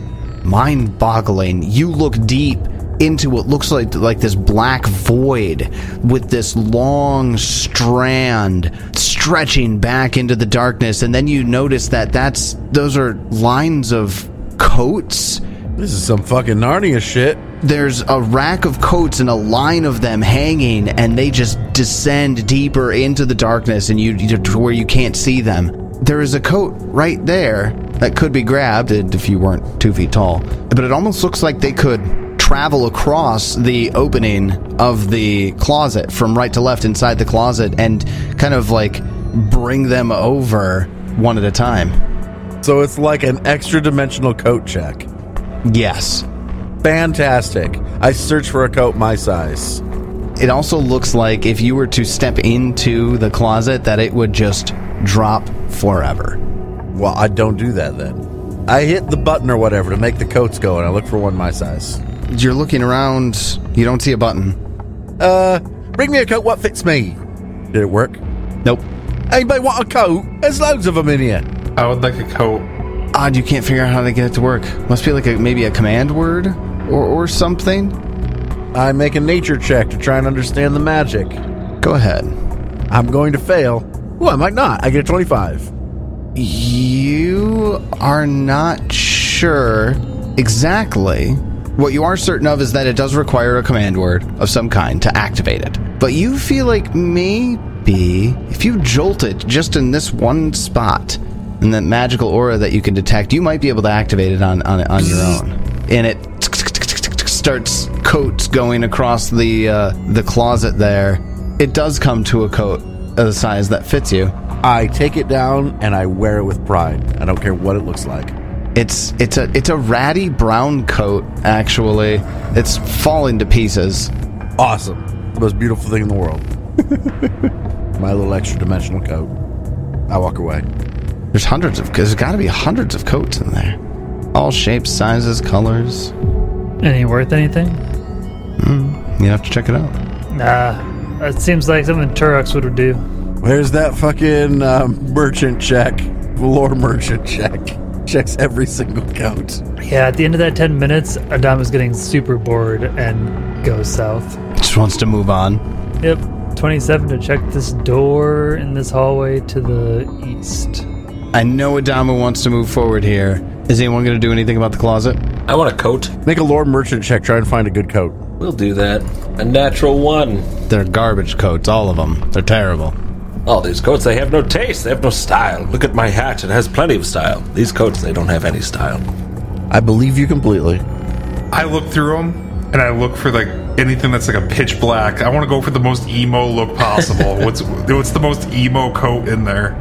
B: mind-boggling. You look deep into what looks like like this black void with this long strand stretching back into the darkness and then you notice that that's those are lines of coats
E: This is some fucking Narnia shit.
B: there's a rack of coats and a line of them hanging and they just descend deeper into the darkness and you you- to where you can't see them there is a coat right there that could be grabbed and if you weren't two feet tall but it almost looks like they could travel across the opening of the closet from right to left inside the closet and kind of like bring them over one at a time
E: So it's like an extra dimensional coat check.
B: yes
E: Fantastic. I search for a coat my size.
B: It also looks like if you were to step into the closet, that it would just drop forever.
E: Well, I don't do that then. I hit the button or whatever to make the coats go, and I look for one my size.
B: You're looking around, you don't see a button.
E: Uh, bring me a coat what fits me. Did it work?
B: Nope.
E: Anybody want a coat? There's loads of them in here.
F: I would like a coat.
B: Odd, you can't figure out how to get it to work. Must be like a, maybe a command word or, or something.
E: I make a nature check to try and understand the magic.
B: Go ahead.
E: I'm going to fail. Well, I might not. I get a 25.
B: You are not sure exactly. What you are certain of is that it does require a command word of some kind to activate it. But you feel like maybe if you jolt it just in this one spot and that magical aura that you can detect, you might be able to activate it on, on, on your own. And it starts coats going across the uh, the closet there. It does come to a coat of the size that fits you.
E: I take it down and I wear it with pride. I don't care what it looks like.
B: It's it's a it's a ratty brown coat actually. It's falling to pieces.
E: Awesome. The most beautiful thing in the world. My little extra dimensional coat. I walk away.
B: There's hundreds of there's got to be hundreds of coats in there. All shapes, sizes, colors.
D: Any worth anything?
B: You have to check it out.
D: Nah, it seems like something Turox would do.
E: There's that fucking um, merchant check, lore merchant check. Checks every single coat.
D: Yeah, at the end of that 10 minutes, Adam is getting super bored and goes south.
B: Just wants to move on.
D: Yep, 27 to check this door in this hallway to the east.
B: I know Adama wants to move forward here. Is anyone going to do anything about the closet?
G: I want a coat.
E: Make a lore merchant check. Try and find a good coat.
G: We'll do that. A natural one.
B: They're garbage coats, all of them. They're terrible.
G: All these coats, they have no taste. They have no style. Look at my hat. It has plenty of style. These coats, they don't have any style.
E: I believe you completely.
F: I look through them and I look for like anything that's like a pitch black. I want to go for the most emo look possible. what's what's the most emo coat in there?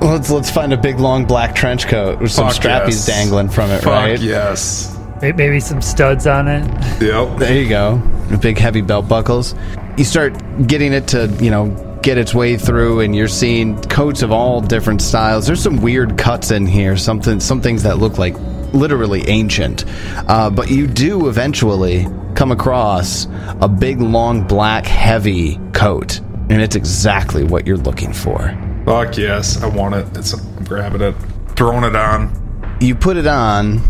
B: Let's let's find a big long black trench coat with some
F: Fuck
B: strappies
F: yes.
B: dangling from it,
F: Fuck
B: right?
F: yes.
D: May- Maybe some studs on it.
F: Yep.
B: There you go. The big heavy belt buckles. You start getting it to, you know, get its way through and you're seeing coats of all different styles. There's some weird cuts in here, something some things that look like literally ancient. Uh, but you do eventually come across a big long black heavy coat. And it's exactly what you're looking for.
F: Fuck yes. I want it. It's I'm grabbing it. Throwing it on.
B: You put it on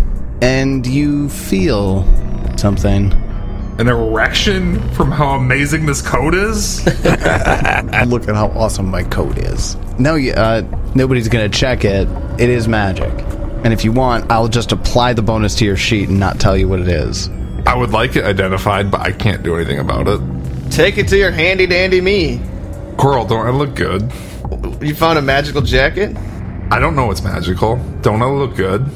B: and you feel something.
F: An erection from how amazing this coat is.
B: And look at how awesome my coat is. No, you- uh, nobody's gonna check it. It is magic. And if you want, I'll just apply the bonus to your sheet and not tell you what it is.
F: I would like it identified, but I can't do anything about it.
C: Take it to your handy dandy me.
F: Coral, don't I look good?
C: You found a magical jacket?
F: I don't know it's magical. Don't I look good?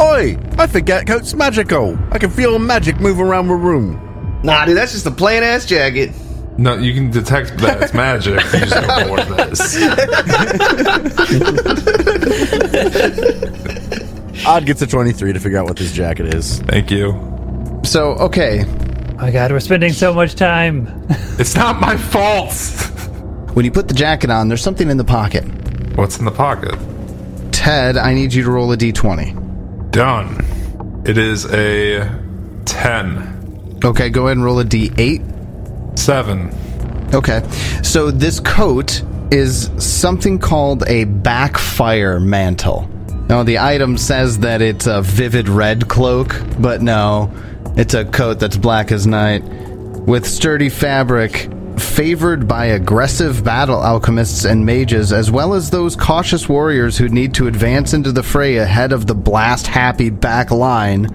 E: Oi! I think that coat's magical. I can feel magic move around the room.
C: Nah, dude, that's just a plain ass jacket.
F: No, you can detect that it's magic. You just don't know what it is.
E: Odd gets a 23 to figure out what this jacket is.
F: Thank you.
B: So, okay,
D: my god, we're spending so much time.
F: It's not my fault.
B: when you put the jacket on, there's something in the pocket.
F: What's in the pocket?
B: Ted, I need you to roll a d20.
F: Done. It is a 10 10.
B: Okay, go ahead and roll a d8.
F: 7.
B: Okay, so this coat is something called a backfire mantle. Now, the item says that it's a vivid red cloak, but no, it's a coat that's black as night. With sturdy fabric, favored by aggressive battle alchemists and mages, as well as those cautious warriors who need to advance into the fray ahead of the blast happy back line.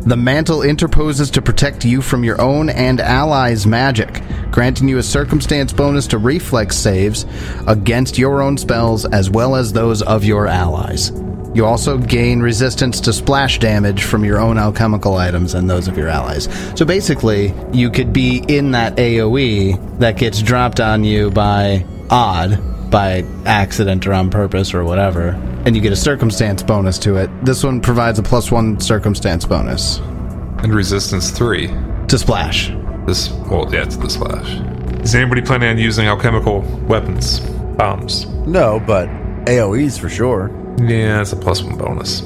B: The mantle interposes to protect you from your own and allies' magic, granting you a circumstance bonus to reflex saves against your own spells as well as those of your allies. You also gain resistance to splash damage from your own alchemical items and those of your allies. So basically, you could be in that AoE that gets dropped on you by Odd, by accident or on purpose or whatever, and you get a circumstance bonus to it. This one provides a plus one circumstance bonus
F: And resistance 3.
B: to splash.
F: This, well, yeah, to the slash. Is anybody planning on using alchemical weapons? Bombs?
E: No, but AoEs for sure.
F: Yeah, it's a plus one bonus.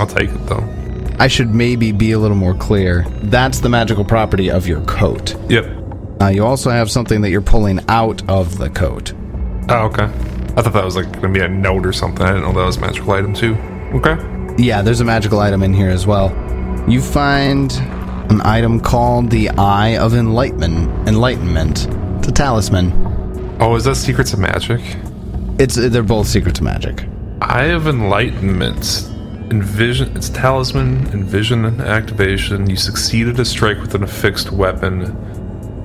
F: I'll take it though.
B: I should maybe be a little more clear. That's the magical property of your coat.
F: Yep.
B: Uh, you also have something that you're pulling out of the coat.
F: Oh, okay. I thought that was like gonna be a note or something. I didn't know that was a magical item too. Okay.
B: Yeah, there's a magical item in here as well. You find an item called the Eye of Enlightenment. Enlightenment. It's a talisman.
F: Oh, is that secrets of magic?
B: It's they're both secret to magic.
F: Eye of enlightenment. Envision. It's talisman. Envision and activation. You succeeded a strike with an affixed weapon.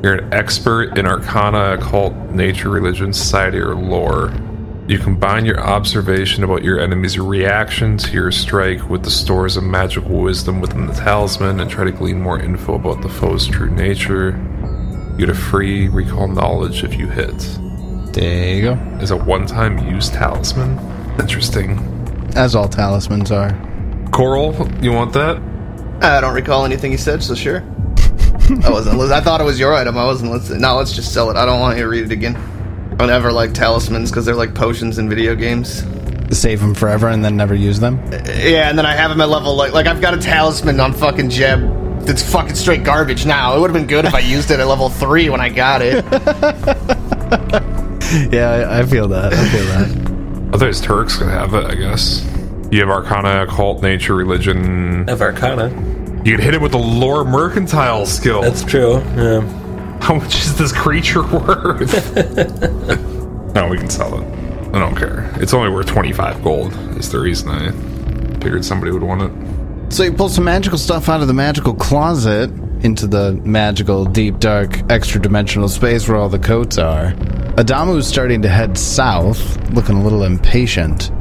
F: You're an expert in arcana, occult, nature, religion, society, or lore. You combine your observation about your enemy's reaction to your strike with the stores of magical wisdom within the talisman and try to glean more info about the foe's true nature. You get a free recall knowledge if you hit.
B: There you go.
F: Is a one time use talisman? Interesting.
B: As all talismans are.
F: Coral, you want that?
C: I don't recall anything he said, so sure. I wasn't. lis- I thought it was your item. I wasn't listening. No, let's just sell it. I don't want you to read it again. I never like talismans because they're like potions in video games.
B: save them forever and then never use them.
C: Yeah, and then I have him at level like like I've got a talisman on fucking Jeb that's fucking straight garbage now. It would have been good if I used it at level three when I got it.
B: Yeah, I, I feel that. I feel that.
F: I thought his Turks could have it, I guess. You have Arcana, Occult, Nature, Religion.
G: Of Arcana.
F: You can hit it with a Lore Mercantile skill.
G: That's true. Yeah.
F: How much is this creature worth? no, we can sell it. I don't care. It's only worth 25 gold, is the reason I figured somebody would want it.
B: so you pull some magical stuff out of the magical closet into the magical, deep, dark, extra dimensional space where all the coats are. Adamu's starting to head south, looking a little impatient.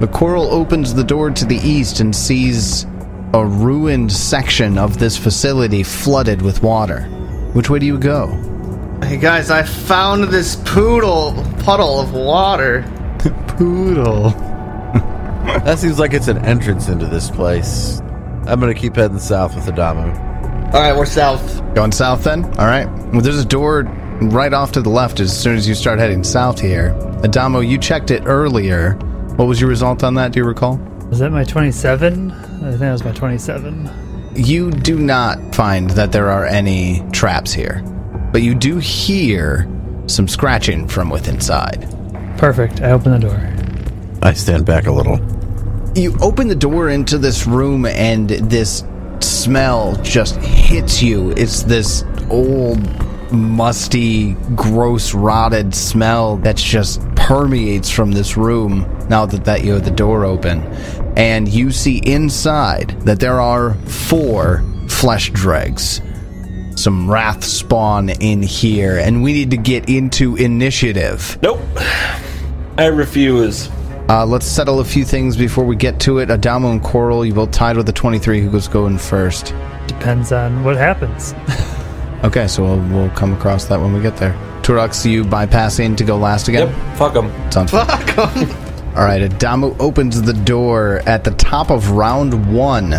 B: But Coral opens the door to the east and sees a ruined section of this facility flooded with water. Which way do you go?
C: hey guys, I found this poodle puddle of water.
B: Poodle.
E: That seems like it's an entrance into this place. I'm gonna keep heading south with Adamu.
C: All right, we're south.
B: Going south then? All right. Well, there's a door right off to the left as soon as you start heading south here. Adamo, you checked it earlier. What was your result on that? Do you recall?
D: Was that my 27? I think that was my 27.
B: You do not find that there are any traps here, but you do hear some scratching from within inside.
D: Perfect. I open the door.
E: I stand back a little.
B: you open the door into this room and this smell just hits you it's this old musty gross rotted smell that just permeates from this room now that, that you have the door open and you see inside that there are four flesh dregs some wrath spawn in here and we need to get into initiative
G: Nope. I refuse.
B: uh, let's settle a few things before we get to it. Adamo and Coral, you both tied with the 23. Who goes going first?
D: Depends on what happens.
B: Okay, so we'll, we'll come across that when we get there. Turok, you bypassing to go last again?
G: Yep. Fuck them.
B: Sounds fun. All right, Adamu opens the door at the top of round one.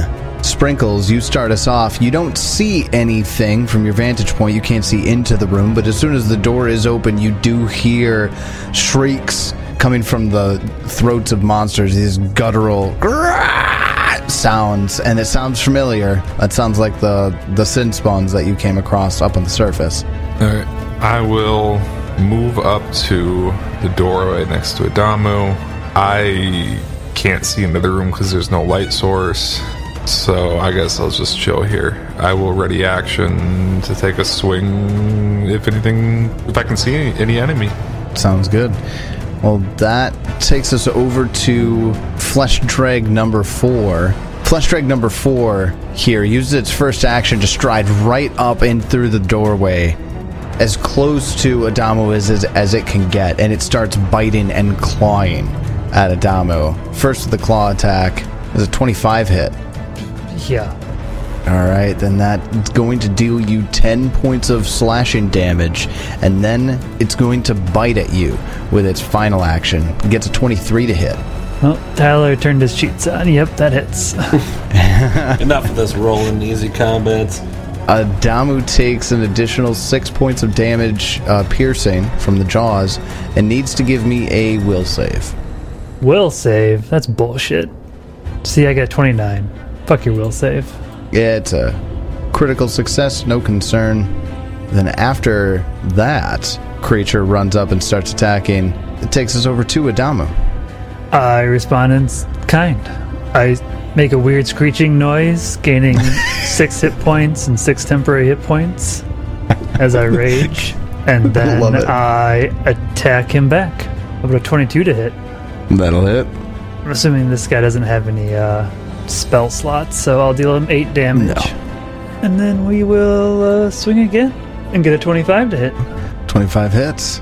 B: Sprinkles, you start us off. You don't see anything from your vantage point. You can't see into the room, but as soon as the door is open, you do hear shrieks coming from the throats of monsters. These guttural sounds, and it sounds familiar. That sounds like the the sin spawns that you came across up on the surface.
F: Alright. I will move up to the doorway next to Adamu. I can't see into the room because there's no light source. So I guess I'll just chill here. I will ready action to take a swing if anything if I can see any, any enemy.
B: Sounds good. Well, that takes us over to Flesh Drag number four. Flesh Drag number four here uses its first action to stride right up and through the doorway, as close to Adamu as, as, as it can get, and it starts biting and clawing at Adamu. First with the claw attack is a 25 hit.
D: Yeah.
B: All right, then that's going to deal you 10 points of slashing damage, and then it's going to bite at you with its final action. It gets a 23 to hit.
D: Oh, Tyler turned his cheats on. Yep, that hits.
G: Enough of this rolling easy combats.
B: Adamu Uh, takes an additional 6 points of damage uh, piercing from the jaws and needs to give me a will save.
D: will save. That's bullshit. See, I got 29. Fuck your will save.
B: It's a critical success, no concern. Then after that, creature runs up and starts attacking. It takes us over to Adamu.
D: I respond in s- kind. I make a weird screeching noise, gaining six hit points and six temporary hit points as I rage. And then
B: Love it.
D: I attack him back. I've got a 22 to hit.
B: That'll hit.
D: I'm assuming this guy doesn't have any uh, spell slots, so I'll deal him 8 damage. And then we will uh, swing again and get a 25 to hit
B: 25 hits.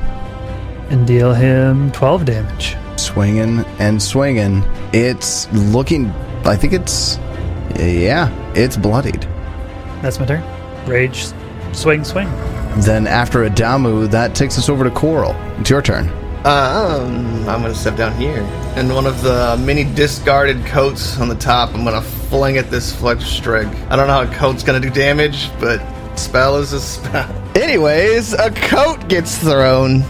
D: and deal him 12 damage.
B: swinging and swinging. It's looking. I think it's. Yeah, it's bloodied.
D: That's my turn. Rage, swing, swing.
B: Then after Adamu, that takes us over to Coral. It's your turn.
C: Um, I'm gonna step down here, and one of the many discarded coats on the top, I'm gonna fling at this flex strig. I don't know how a coat's gonna do damage, but spell is a spell. Anyways, a coat gets thrown.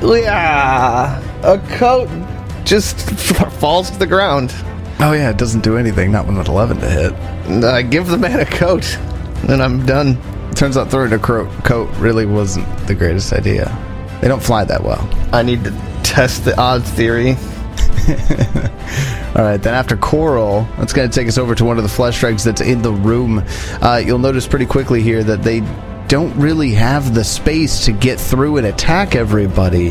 C: Yeah, a coat just falls to the ground.
B: Oh yeah, it doesn't do anything. Not when an eleven to hit.
C: And I give the man a coat, and I'm done.
B: Turns out throwing a cro- coat really wasn't the greatest idea. They don't fly that well.
C: I need to test the odds theory.
B: All right, then after Coral, that's going to take us over to one of the flesh dregs that's in the room. Uh, you'll notice pretty quickly here that they don't really have the space to get through and attack everybody.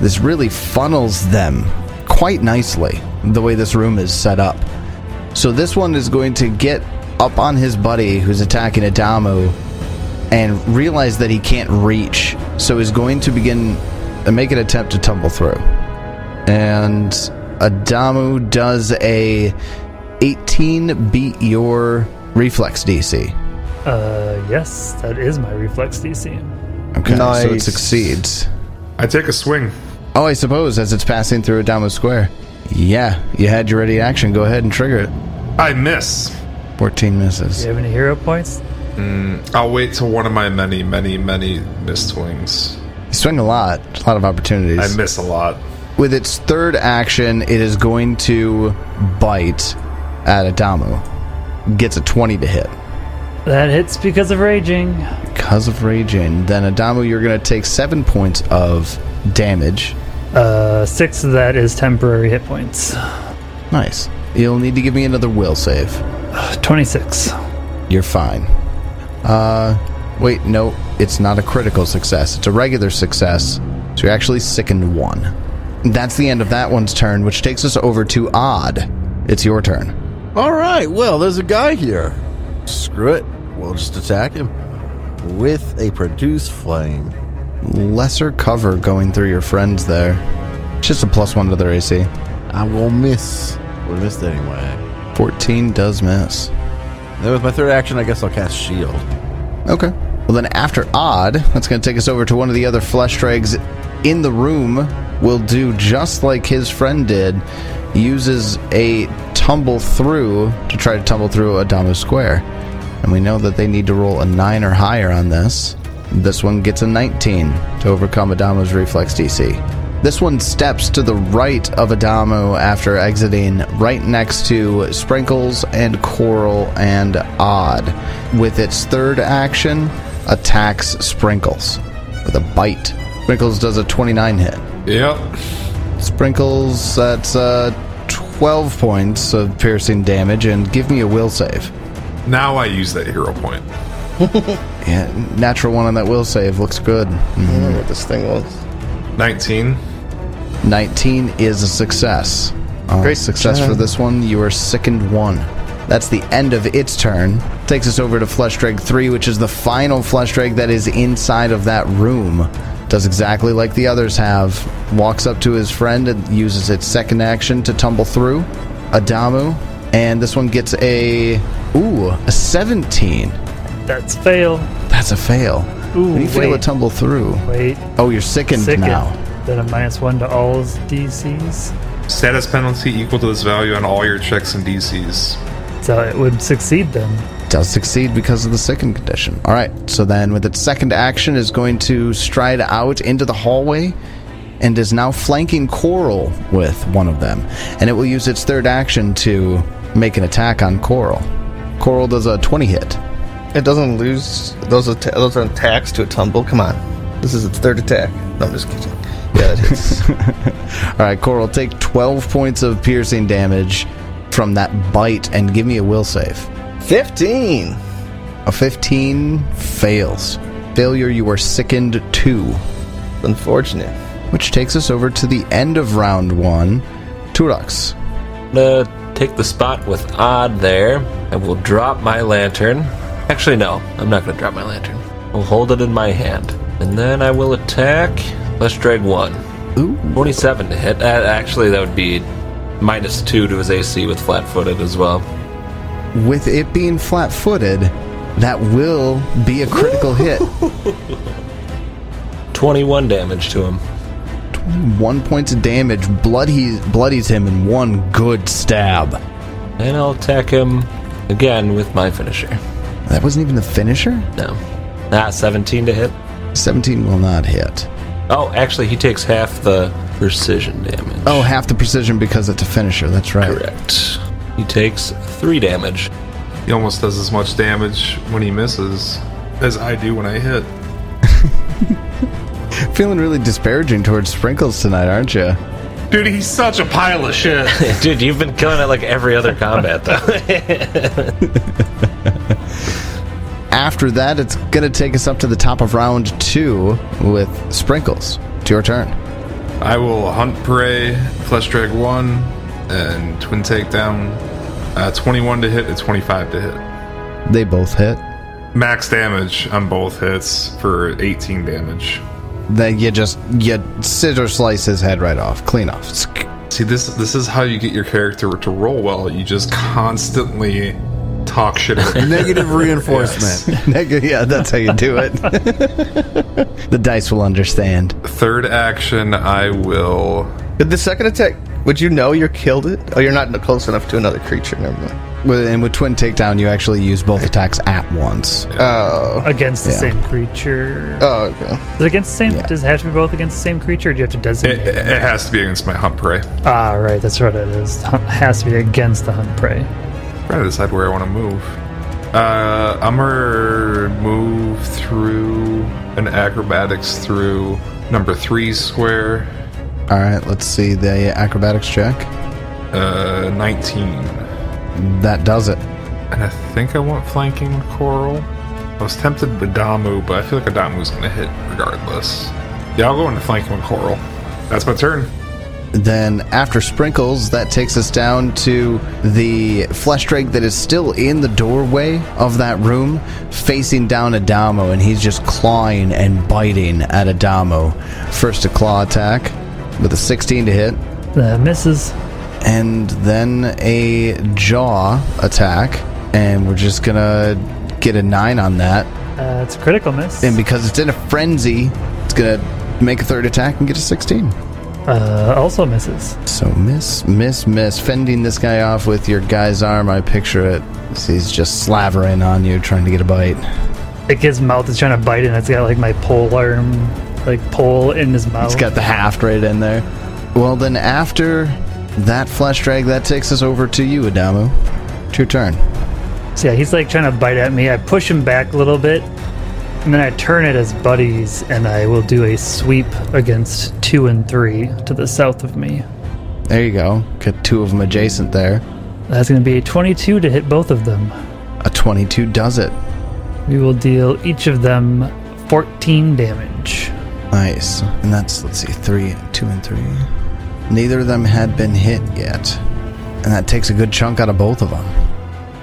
B: This really funnels them quite nicely, the way this room is set up. So this one is going to get up on his buddy who's attacking Adamu and realize that he can't reach, so is going to begin uh, make an attempt to tumble through and Adamu does a 18 beat your reflex DC.
D: Uh, yes, that is my reflex DC.
B: Okay, so it
C: Nice.
B: succeeds.
F: I take a swing.
B: Oh, I suppose as it's passing through Adamu Square. Yeah, you had your ready action. Go ahead and trigger it.
F: I miss.
B: 14 misses.
D: Do you have any hero points?
F: I'll wait till one of my many, many, many missed swings.
B: You swing a lot, a lot of opportunities.
F: I miss a lot.
B: With its third action, it is going to bite at Adamu. Gets a 20 to hit.
D: That hits because of raging.
B: Because of raging, then Adamu, you're going to take seven points of damage.
D: Uh, six of that is temporary hit points.
B: Nice. You'll need to give me another will save.
D: 26.
B: You're fine. Uh, wait, no, it's not a critical success. It's a regular success. So you're actually sickened one. That's the end of that one's turn, which takes us over to Odd. It's your turn.
E: All right. Well, there's a guy here. Screw it. We'll just attack him with a produce flame.
B: Lesser cover going through your friends there. It's Just a plus one to their AC.
E: I will miss. Would have missed anyway.
B: 14 does miss.
E: Then with my third action, I guess I'll cast shield.
B: Okay. Well, then after odd, that's going to take us over to one of the other flesh dregs in the room. Will do just like his friend did. Uses a tumble through to try to tumble through Adamu Square, and we know that they need to roll a nine or higher on this. This one gets a 19 to overcome Adamu's reflex DC. This one steps to the right of Adamu after exiting right next to Sprinkles and Coral and Odd. With its third action, attacks Sprinkles with a bite. Sprinkles does a 29 hit.
F: Yep.
B: Sprinkles, that's uh, 12 points of piercing damage, and give me a will save.
F: Now I use that hero point.
B: Yeah, natural one on that will save looks good.
C: I wonder what this thing was.
F: 19.
B: 19 is a success. Uh,
C: Great
B: success
C: job.
B: for this one. You are sickened one. That's the end of its turn. Takes us over to Flesh Drag 3, which is the final Flesh Drag that is inside of that room. Does exactly like the others have. Walks up to his friend and uses its second action to tumble through. Adamu. And this one gets a. Ooh, a 17.
D: That's fail.
B: That's a fail.
D: Ooh,
B: When you fail a
D: wait.
B: tumble through.
D: Wait,
B: Oh, you're sickened,
D: sickened.
B: now.
D: Then a minus one to all his DCs.
F: Status penalty equal to this value on all your checks and DCs.
D: So it would succeed then.
B: does succeed because of the second condition. All right, so then with its second action is going to stride out into the hallway and is now flanking Coral with one of them. And it will use its third action to make an attack on Coral. Coral does a 20 hit.
C: It doesn't lose those. Atta- those are attacks to a tumble. Come on, this is its third attack. No, I'm just kidding. Yeah, it is.
B: All right, Coral, take 12 points of piercing damage from that bite and give me a will save.
C: Fifteen.
B: A 15 fails. Failure, you are sickened 2.
C: Unfortunate.
B: Which takes us over to the end of round one. Turok's.
G: gonna take the spot with odd there. I will drop my lantern. Actually, no, I'm not gonna drop my lantern. I'll hold it in my hand, and then I will attack. Let's drag one.
B: Ooh.
G: 27 to hit. Uh, actually, that would be minus two to his AC with flat-footed as well.
B: With it being flat footed, that will be a critical hit.
G: 21 damage to him.
B: One point of damage bloodies, bloodies him in one good stab.
G: And I'll attack him again with my finisher.
B: That wasn't even the finisher?
G: No. Ah, 17 to hit.
B: 17 will not hit.
G: Oh, actually, he takes half the precision damage.
B: Oh, half the precision because it's a finisher. That's right.
G: correct. He takes three damage.
F: He almost does as much damage when he misses as I do when I hit.
B: Feeling really disparaging towards Sprinkles tonight, aren't you?
F: Dude, he's such a pile of shit.
G: Dude, you've been killing it like every other combat, though.
B: After that, it's going to take us up to the top of round two with Sprinkles. It's your turn.
F: I will hunt prey, flesh drag one, and twin takedown. Uh, 21 to hit and 25 to hit.
B: They both hit.
F: Max damage on both hits for 18 damage.
B: Then you just you scissor slice his head right off, clean off. Sk-
F: See, this this is how you get your character to roll well. You just constantly talk shit. about your
E: Negative
F: character.
E: reinforcement.
F: Yes.
B: Nigga, yeah, that's how you do it. the dice will understand.
F: Third action, I will.
C: Did the second attack? Would you know you killed it? Oh, you're not close enough to another creature. Never mind.
B: With- And with twin takedown, you actually use both attacks at once.
C: Oh.
D: Against the
B: Yeah. Uh,
D: same creature.
C: Oh, okay.
D: Is it against the same?
B: Yeah.
D: Does it have to be both against the same creature, or do you have to
F: It,
D: designate?
F: it has to be against my hunt prey.
D: ah, right, that's what it is. Hunt- has to be against the hunt prey.
F: Trying to decide where I want to move. Uh, I'm gonna move through an acrobatics through number three square.
B: All right, let's see the acrobatics check.
F: Uh, 19.
B: That does it.
F: And I think I want flanking with Coral. I was tempted with Damu, but I feel like Adamu's gonna hit regardless. Yeah, I'll go into flanking with Coral. That's my turn.
B: Then after sprinkles, that takes us down to the flesh drake that is still in the doorway of that room, facing down Adamo, and he's just clawing and biting at Adamo. First a claw attack with a 16 to hit,
D: Uh, misses.
B: and then a jaw attack, and we're just gonna get a nine on that.
D: Uh, it's a critical miss.
B: And because it's in a frenzy, it's gonna make a third attack and get a 16.
D: uh, also misses.
B: So miss, miss, miss. Fending this guy off with your guy's arm, I picture it. So He's just slavering on you, trying to get a bite.
D: Like his mouth is trying to bite, and it's got like my pole arm like pole in his mouth.
B: It's got the haft right in there. Well, then after that flesh drag, that takes us over to you, Adamu. It's your turn.
D: So yeah, he's like trying to bite at me. I push him back a little bit, and then I turn at his buddies, and I will do a sweep against two and three to the south of me.
B: There you go. Got two of them adjacent there.
D: That's going to be a 22 to hit both of them.
B: A 22 does it.
D: We will deal each of them 14 damage.
B: Nice. And that's, let's see, three, two, and three. Neither of them had been hit yet. And that takes a good chunk out of both of them.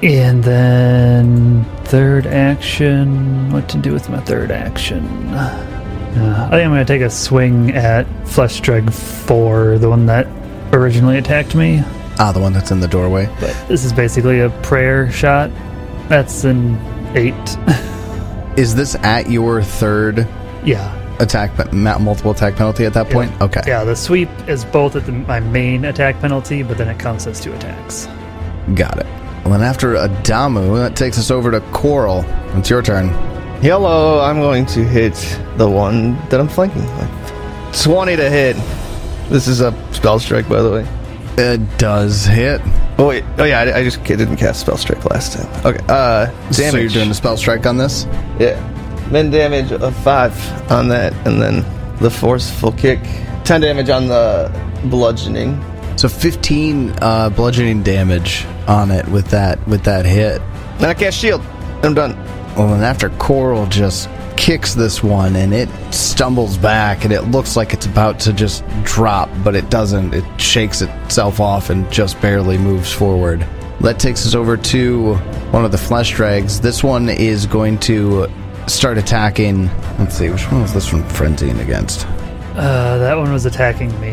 D: And then third action. What to do with my third action? Uh, I think I'm going to take a swing at Flesh Drag 4, the one that originally attacked me.
B: Ah, the one that's in the doorway.
D: But this is basically a prayer shot. That's an 8.
B: Is this at your third
D: yeah.
B: attack, pe- ma- multiple attack penalty at that point? Okay.
D: Yeah, the sweep is both at the, my main attack penalty, but then it counts as two attacks.
B: Got it. Well, then after Adamu, that takes us over to Coral. It's your turn.
C: Yellow, I'm going to hit the one that I'm flanking. Like 20 to hit. This is a spell strike, by the way.
B: It does hit.
C: Oh, wait. Oh, yeah, I, I just I didn't cast spell strike last time. Okay, uh, damage.
B: So you're doing a spell strike on this?
C: Yeah. Min damage of 5 on that, and then the forceful kick. 10 damage on the bludgeoning.
B: So 15 uh, bludgeoning damage on it with that with that hit.
C: And I cast shield. I'm done.
B: Well, and after Coral just kicks this one and it stumbles back and it looks like it's about to just drop, but it doesn't. It shakes itself off and just barely moves forward. That takes us over to one of the flesh drags. This one is going to start attacking. Let's see, which one was this one frenzying against?
D: Uh, that one was attacking me.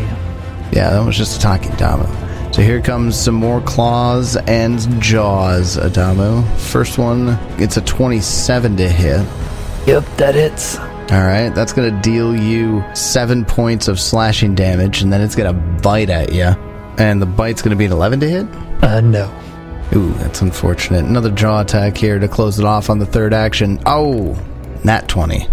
B: Yeah, that was just attacking Adamu. So here comes some more claws and jaws, Adamu. First one, it's a 27 to hit.
D: Yep, that hits.
B: All right, that's going to deal you seven points of slashing damage, and then it's going to bite at you. And the bite's going to be an 11 to hit?
D: Uh, no.
B: Ooh, that's unfortunate. Another jaw attack here to close it off on the third action. Oh, nat 20.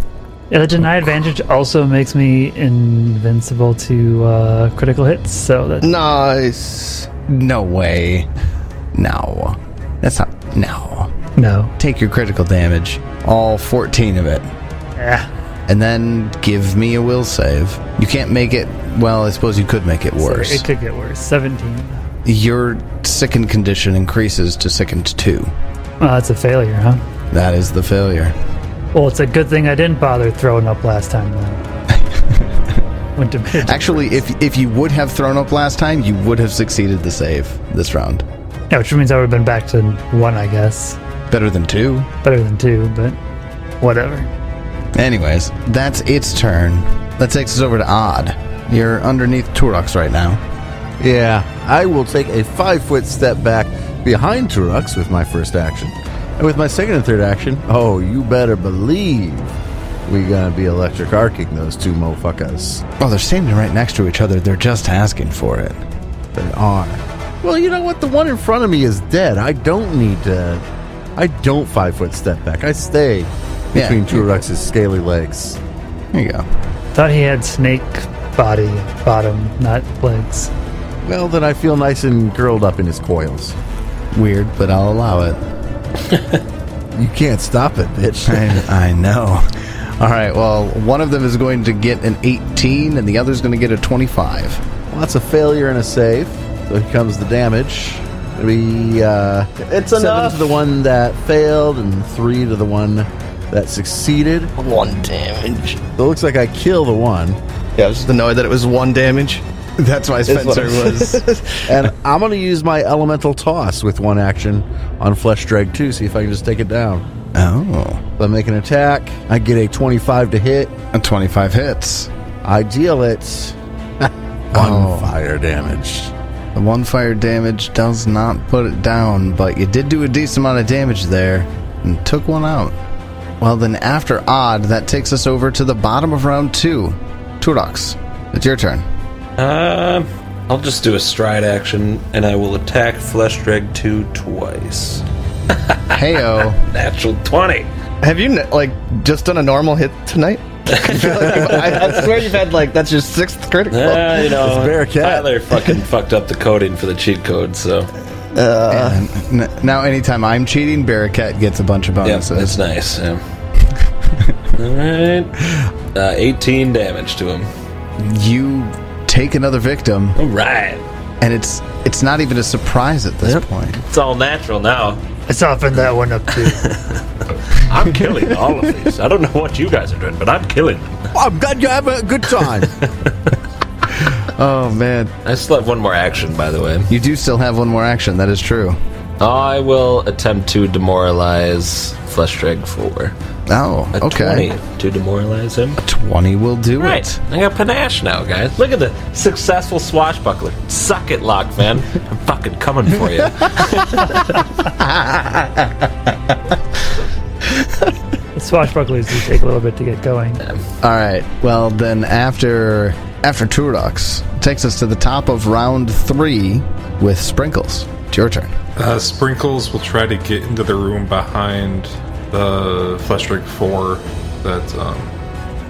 D: Yeah, the Uh, deny advantage also makes me invincible to uh, critical hits, so that
C: Nice.
B: No way. No. That's not. No.
D: no.
B: Take your critical damage, all 14 of it.
D: Yeah,
B: and then give me a will save. You can't make it. Well, I suppose you could make it worse.
D: it could get worse. Seventeen.
B: Your sickened condition increases to sickened two.
D: Oh, that's a failure, huh?
B: That is the failure.
D: Well, it's a good thing I didn't bother throwing up last time. Then. Went to bed.
B: Actually, if if you would have thrown up last time, you would have succeeded the save this round.
D: yeah, which means I would have been back to one, I guess.
B: Better than two.
D: Better than two, but whatever.
B: Anyways, that's its turn. That takes us over to Odd. You're underneath Turox right now.
E: Yeah, I will take a five foot step back behind Turux with my first action. And with my second and third action, oh, you better believe we gonna be electric arcing those two mofuckers.
B: Oh, they're standing right next to each other. They're just asking for it.
E: They are. Well, you know what? The one in front of me is dead. I don't need to. I don't five foot step back. I stay
B: Yeah.
E: between Turux's scaly legs.
B: Here you go.
D: Thought he had snake body bottom, not legs.
E: Well, then I feel nice and curled up in his coils.
B: Weird, but I'll allow it.
E: You can't stop it, bitch.
B: I, I know. All right, well, one of them is going to get an 18 and the other's going to get a 25.
E: Well, that's a failure and a save. So here comes the damage. We uh, it's seven
C: enough.
E: to the one that failed and three to the one that succeeded. So
C: One damage.
E: it looks like I kill the one,
C: Yeah, I was just annoyed that it was one damage.
B: That's why
C: That's what
B: Spencer
C: I-
B: was.
E: and I'm gonna use my elemental toss with one action on flesh drag two. See if I can just take it down.
B: Oh,
E: So I make an attack. I get a 25 to hit.
B: a 25 hits.
E: I deal it one fire damage.
B: Oh. The one fire damage does not put it down, but you did do a decent amount of damage there and took one out. Well, then after odd, that takes us over to the bottom of round two. Turox, it's your turn.
G: Uh, I'll just do a stride action, and I will attack Flesh Drag 2 twice. Uh,
B: Heyo.
G: Natural 20.
C: Have you, like, just done a normal hit tonight? I, I swear you've had like that's your sixth critical.
G: Ah, you know,
E: Bearcat.
G: Tyler fucking fucked up the coding for the cheat code, so
B: And n- now, anytime I'm cheating, Barracat gets a bunch of
G: yeah,
B: bonuses.
G: that's nice. Yeah. All right, uh, eighteen damage to him.
B: you take another victim,
G: All right,
B: and it's it's not even a surprise at this point.
G: it's all natural now.
D: I softened that one up too.
G: I'm killing all of these. I don't know what you guys are doing, but I'm killing. them.
E: I'm glad you have a good time.
B: Oh man,
G: I still have one more action, by the way.
B: you do still have one more action. That is true.
G: I will attempt to demoralize Fleshdrag for
B: Oh,
G: a
B: okay.
G: twenty to demoralize him.
B: 20. will do
G: Right.
B: it.
G: I got panache now, guys. Look at the successful swashbuckler. Suck it, Lock, man. I'm fucking coming for you.
D: The swashbucklers do take a little bit to get going.
B: All right. Well, then after after Turox takes us to the top of round three with sprinkles. It's your turn.
F: Uh, Sprinkles will try to get into the room behind the Fleshrig 4 that um,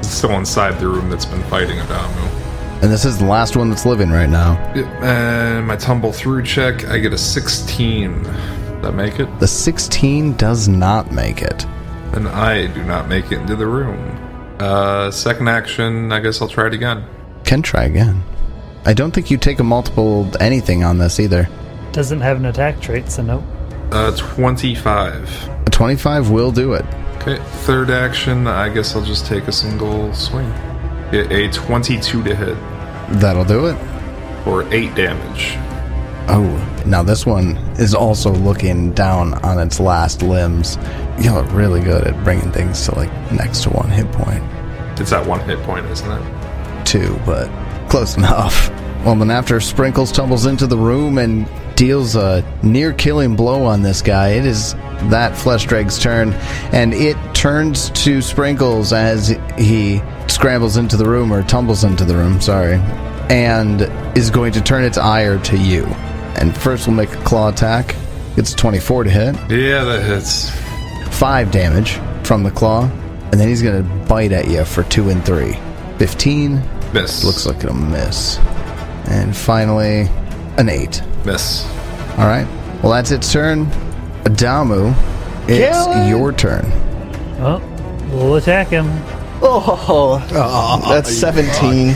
F: is still inside the room that's been fighting Adamu.
B: And this is the last one that's living right now.
F: Yep, And my tumble through check, I get a 16. Does that make it?
B: The 16 does not make it.
F: And I do not make it into the room. Uh, second action, I guess I'll try it again.
B: Can try again. I don't think you take a multiple anything on this either.
D: Doesn't have an attack trait, so nope.
F: Uh, 25.
B: A 25 will do it.
F: Okay, third action, I guess I'll just take a single swing. Get a 22 to hit
B: That'll do it.
F: for 8 damage.
B: Oh, now this one is also looking down on its last limbs. Y'all are really good at bringing things to like next to one hit point.
F: It's at one hit point, isn't it?
B: Two, but close enough. Well, then after Sprinkles tumbles into the room and deals a near killing blow on this guy, it is that Flesh Drag's turn, and it turns to Sprinkles as he scrambles into the room, or tumbles into the room, sorry, and is going to turn its ire to you. And first we'll make a claw attack. It's 24 to hit
F: Yeah, that hits.
B: five damage from the claw, and then he's gonna bite at you for two and three. Fifteen
F: Miss.
B: looks like a miss, and finally an eight.
F: Miss.
B: All right, well that's its turn. Adamu, it's your turn.
D: Well, we'll attack him.
C: Oh, that's seventeen.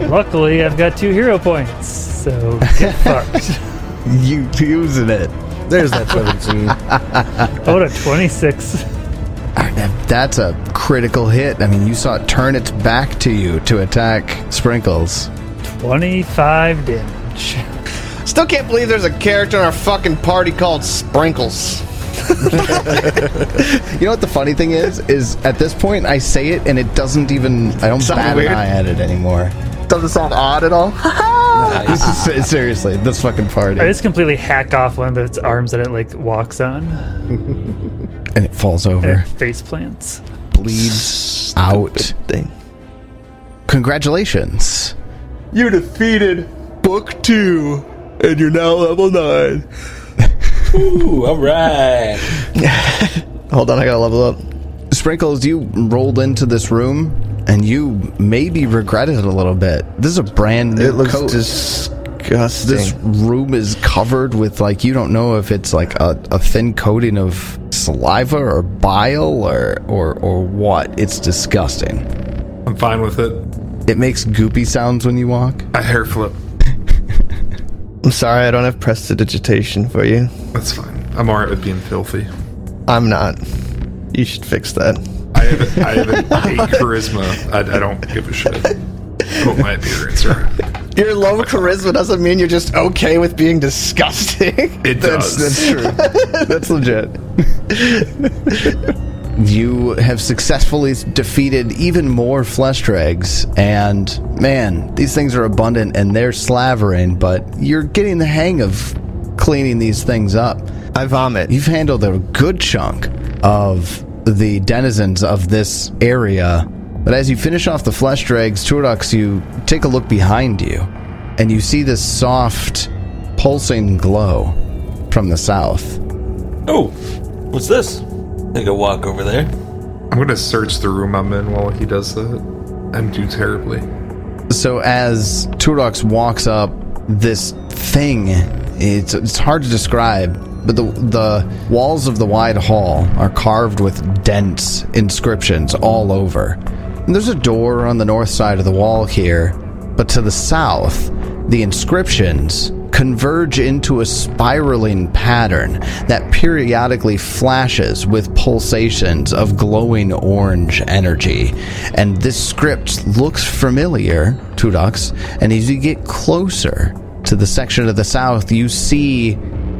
D: Luckily, I've got two hero points, so get fucked.
B: You using it?
E: There's that 17.
D: Oh, what a 26.
B: That's a critical hit. I mean, you saw it turn its back to you to attack Sprinkles.
D: 25 damage.
C: Still can't believe there's a character in our fucking party called Sprinkles.
B: You know what the funny thing is? Is at this point I say it and it doesn't even. I don't
C: Sounds
B: bat
C: weird.
B: an eye at it anymore.
C: Doesn't sound odd at all.
B: This is se- seriously this fucking party,
D: I just completely hack off one of its arms that it like walks on.
B: and it falls
D: And
B: over,
D: it face plants.
B: bleeds out.
C: Thing.
B: Congratulations!
C: You defeated Book Two, and you're now level nine.
G: Ooh, all right.
C: Hold on, I gotta level up.
B: Sprinkles, you rolled into this room and you maybe regret it a little bit. This is a brand new
C: It looks
B: coat.
C: disgusting.
B: this room is covered with like you don't know if it's like a, a thin coating of saliva or bile or or or what. It's disgusting.
F: I'm fine with it.
B: It makes goopy sounds when you walk.
F: A hair flip.
C: I'm sorry, I don't have prestidigitation for you.
F: That's fine. I'm alright with being filthy.
C: I'm not. You should fix that.
F: I have, I have an eight charisma. I, I don't give a shit what my appearance are.
C: Your low charisma doesn't mean you're just okay with being disgusting.
F: It does.
B: true.
C: That's legit.
B: you have successfully defeated even more flesh dregs, and man, these things are abundant and they're slavering, but you're getting the hang of cleaning these things up.
C: I vomit.
B: You've handled a good chunk of the denizens of this area. But as you finish off the flesh dregs, Turdox, you take a look behind you, and you see this soft, pulsing glow from the south.
G: Oh, what's this? I think I walk over there.
F: I'm gonna search the room I'm in while he does that. I'm do terribly.
B: So as Turok walks up, this thing, it's, it's hard to describe, but the, the walls of the wide hall are carved with dense inscriptions all over. And there's a door on the north side of the wall here, but to the south, the inscriptions converge into a spiraling pattern that periodically flashes with pulsations of glowing orange energy. And this script looks familiar, Tudox, and as you get closer to the section of the south, you see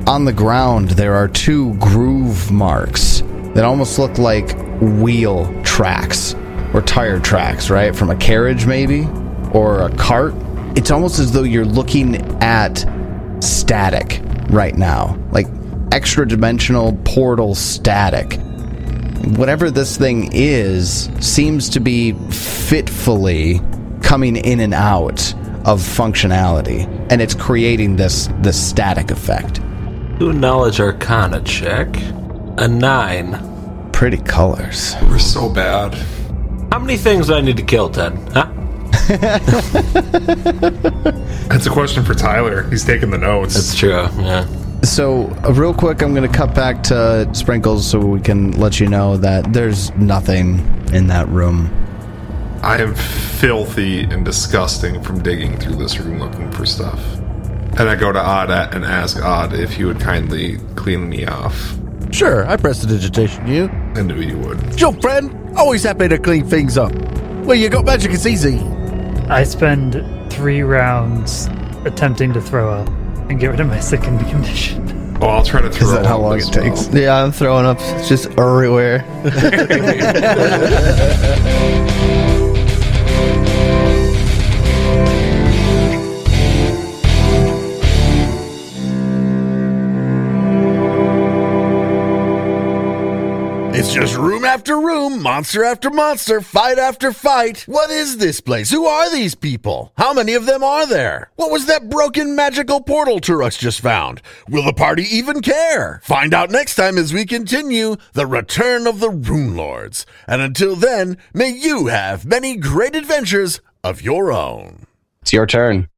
B: on the ground there are two groove marks that almost look like wheel tracks or tire tracks, right? From a carriage, maybe, or a cart. It's almost as though you're looking at static right now, like extra dimensional portal static. Whatever this thing is seems to be fitfully coming in and out of functionality, and it's creating this this static effect.
G: Do a knowledge arcana check. A nine.
B: Pretty colors.
F: We're so bad.
G: How many things do I need to kill, Ted? Huh?
F: That's a question for Tyler. He's taking the notes.
G: That's true. Yeah.
B: So, uh, real quick, I'm going to cut back to Sprinkles so we can let you know that there's nothing in that room.
F: I am filthy and disgusting from digging through this room looking for stuff. And I go to Odd a- and ask Odd if he would kindly clean me off.
E: Sure, I press the digitation. You,
F: I knew he would.
E: it's your friend, always happy to clean things up. Well, you got magic. It's easy.
D: I spend three rounds attempting to throw up and get rid of my sickened condition.
F: Oh, I'll try to throw
B: Is that how
F: up
B: long
F: as
B: it takes?
F: well.
C: Yeah, I'm throwing up. It's just everywhere.
A: It's just room after room, monster after monster, fight after fight. What is this place? Who are these people? How many of them are there? What was that broken magical portal Turux just found? Will the party even care? Find out next time as we continue The Return of the Rune Lords. And until then, may you have many great adventures of your own.
B: It's your turn.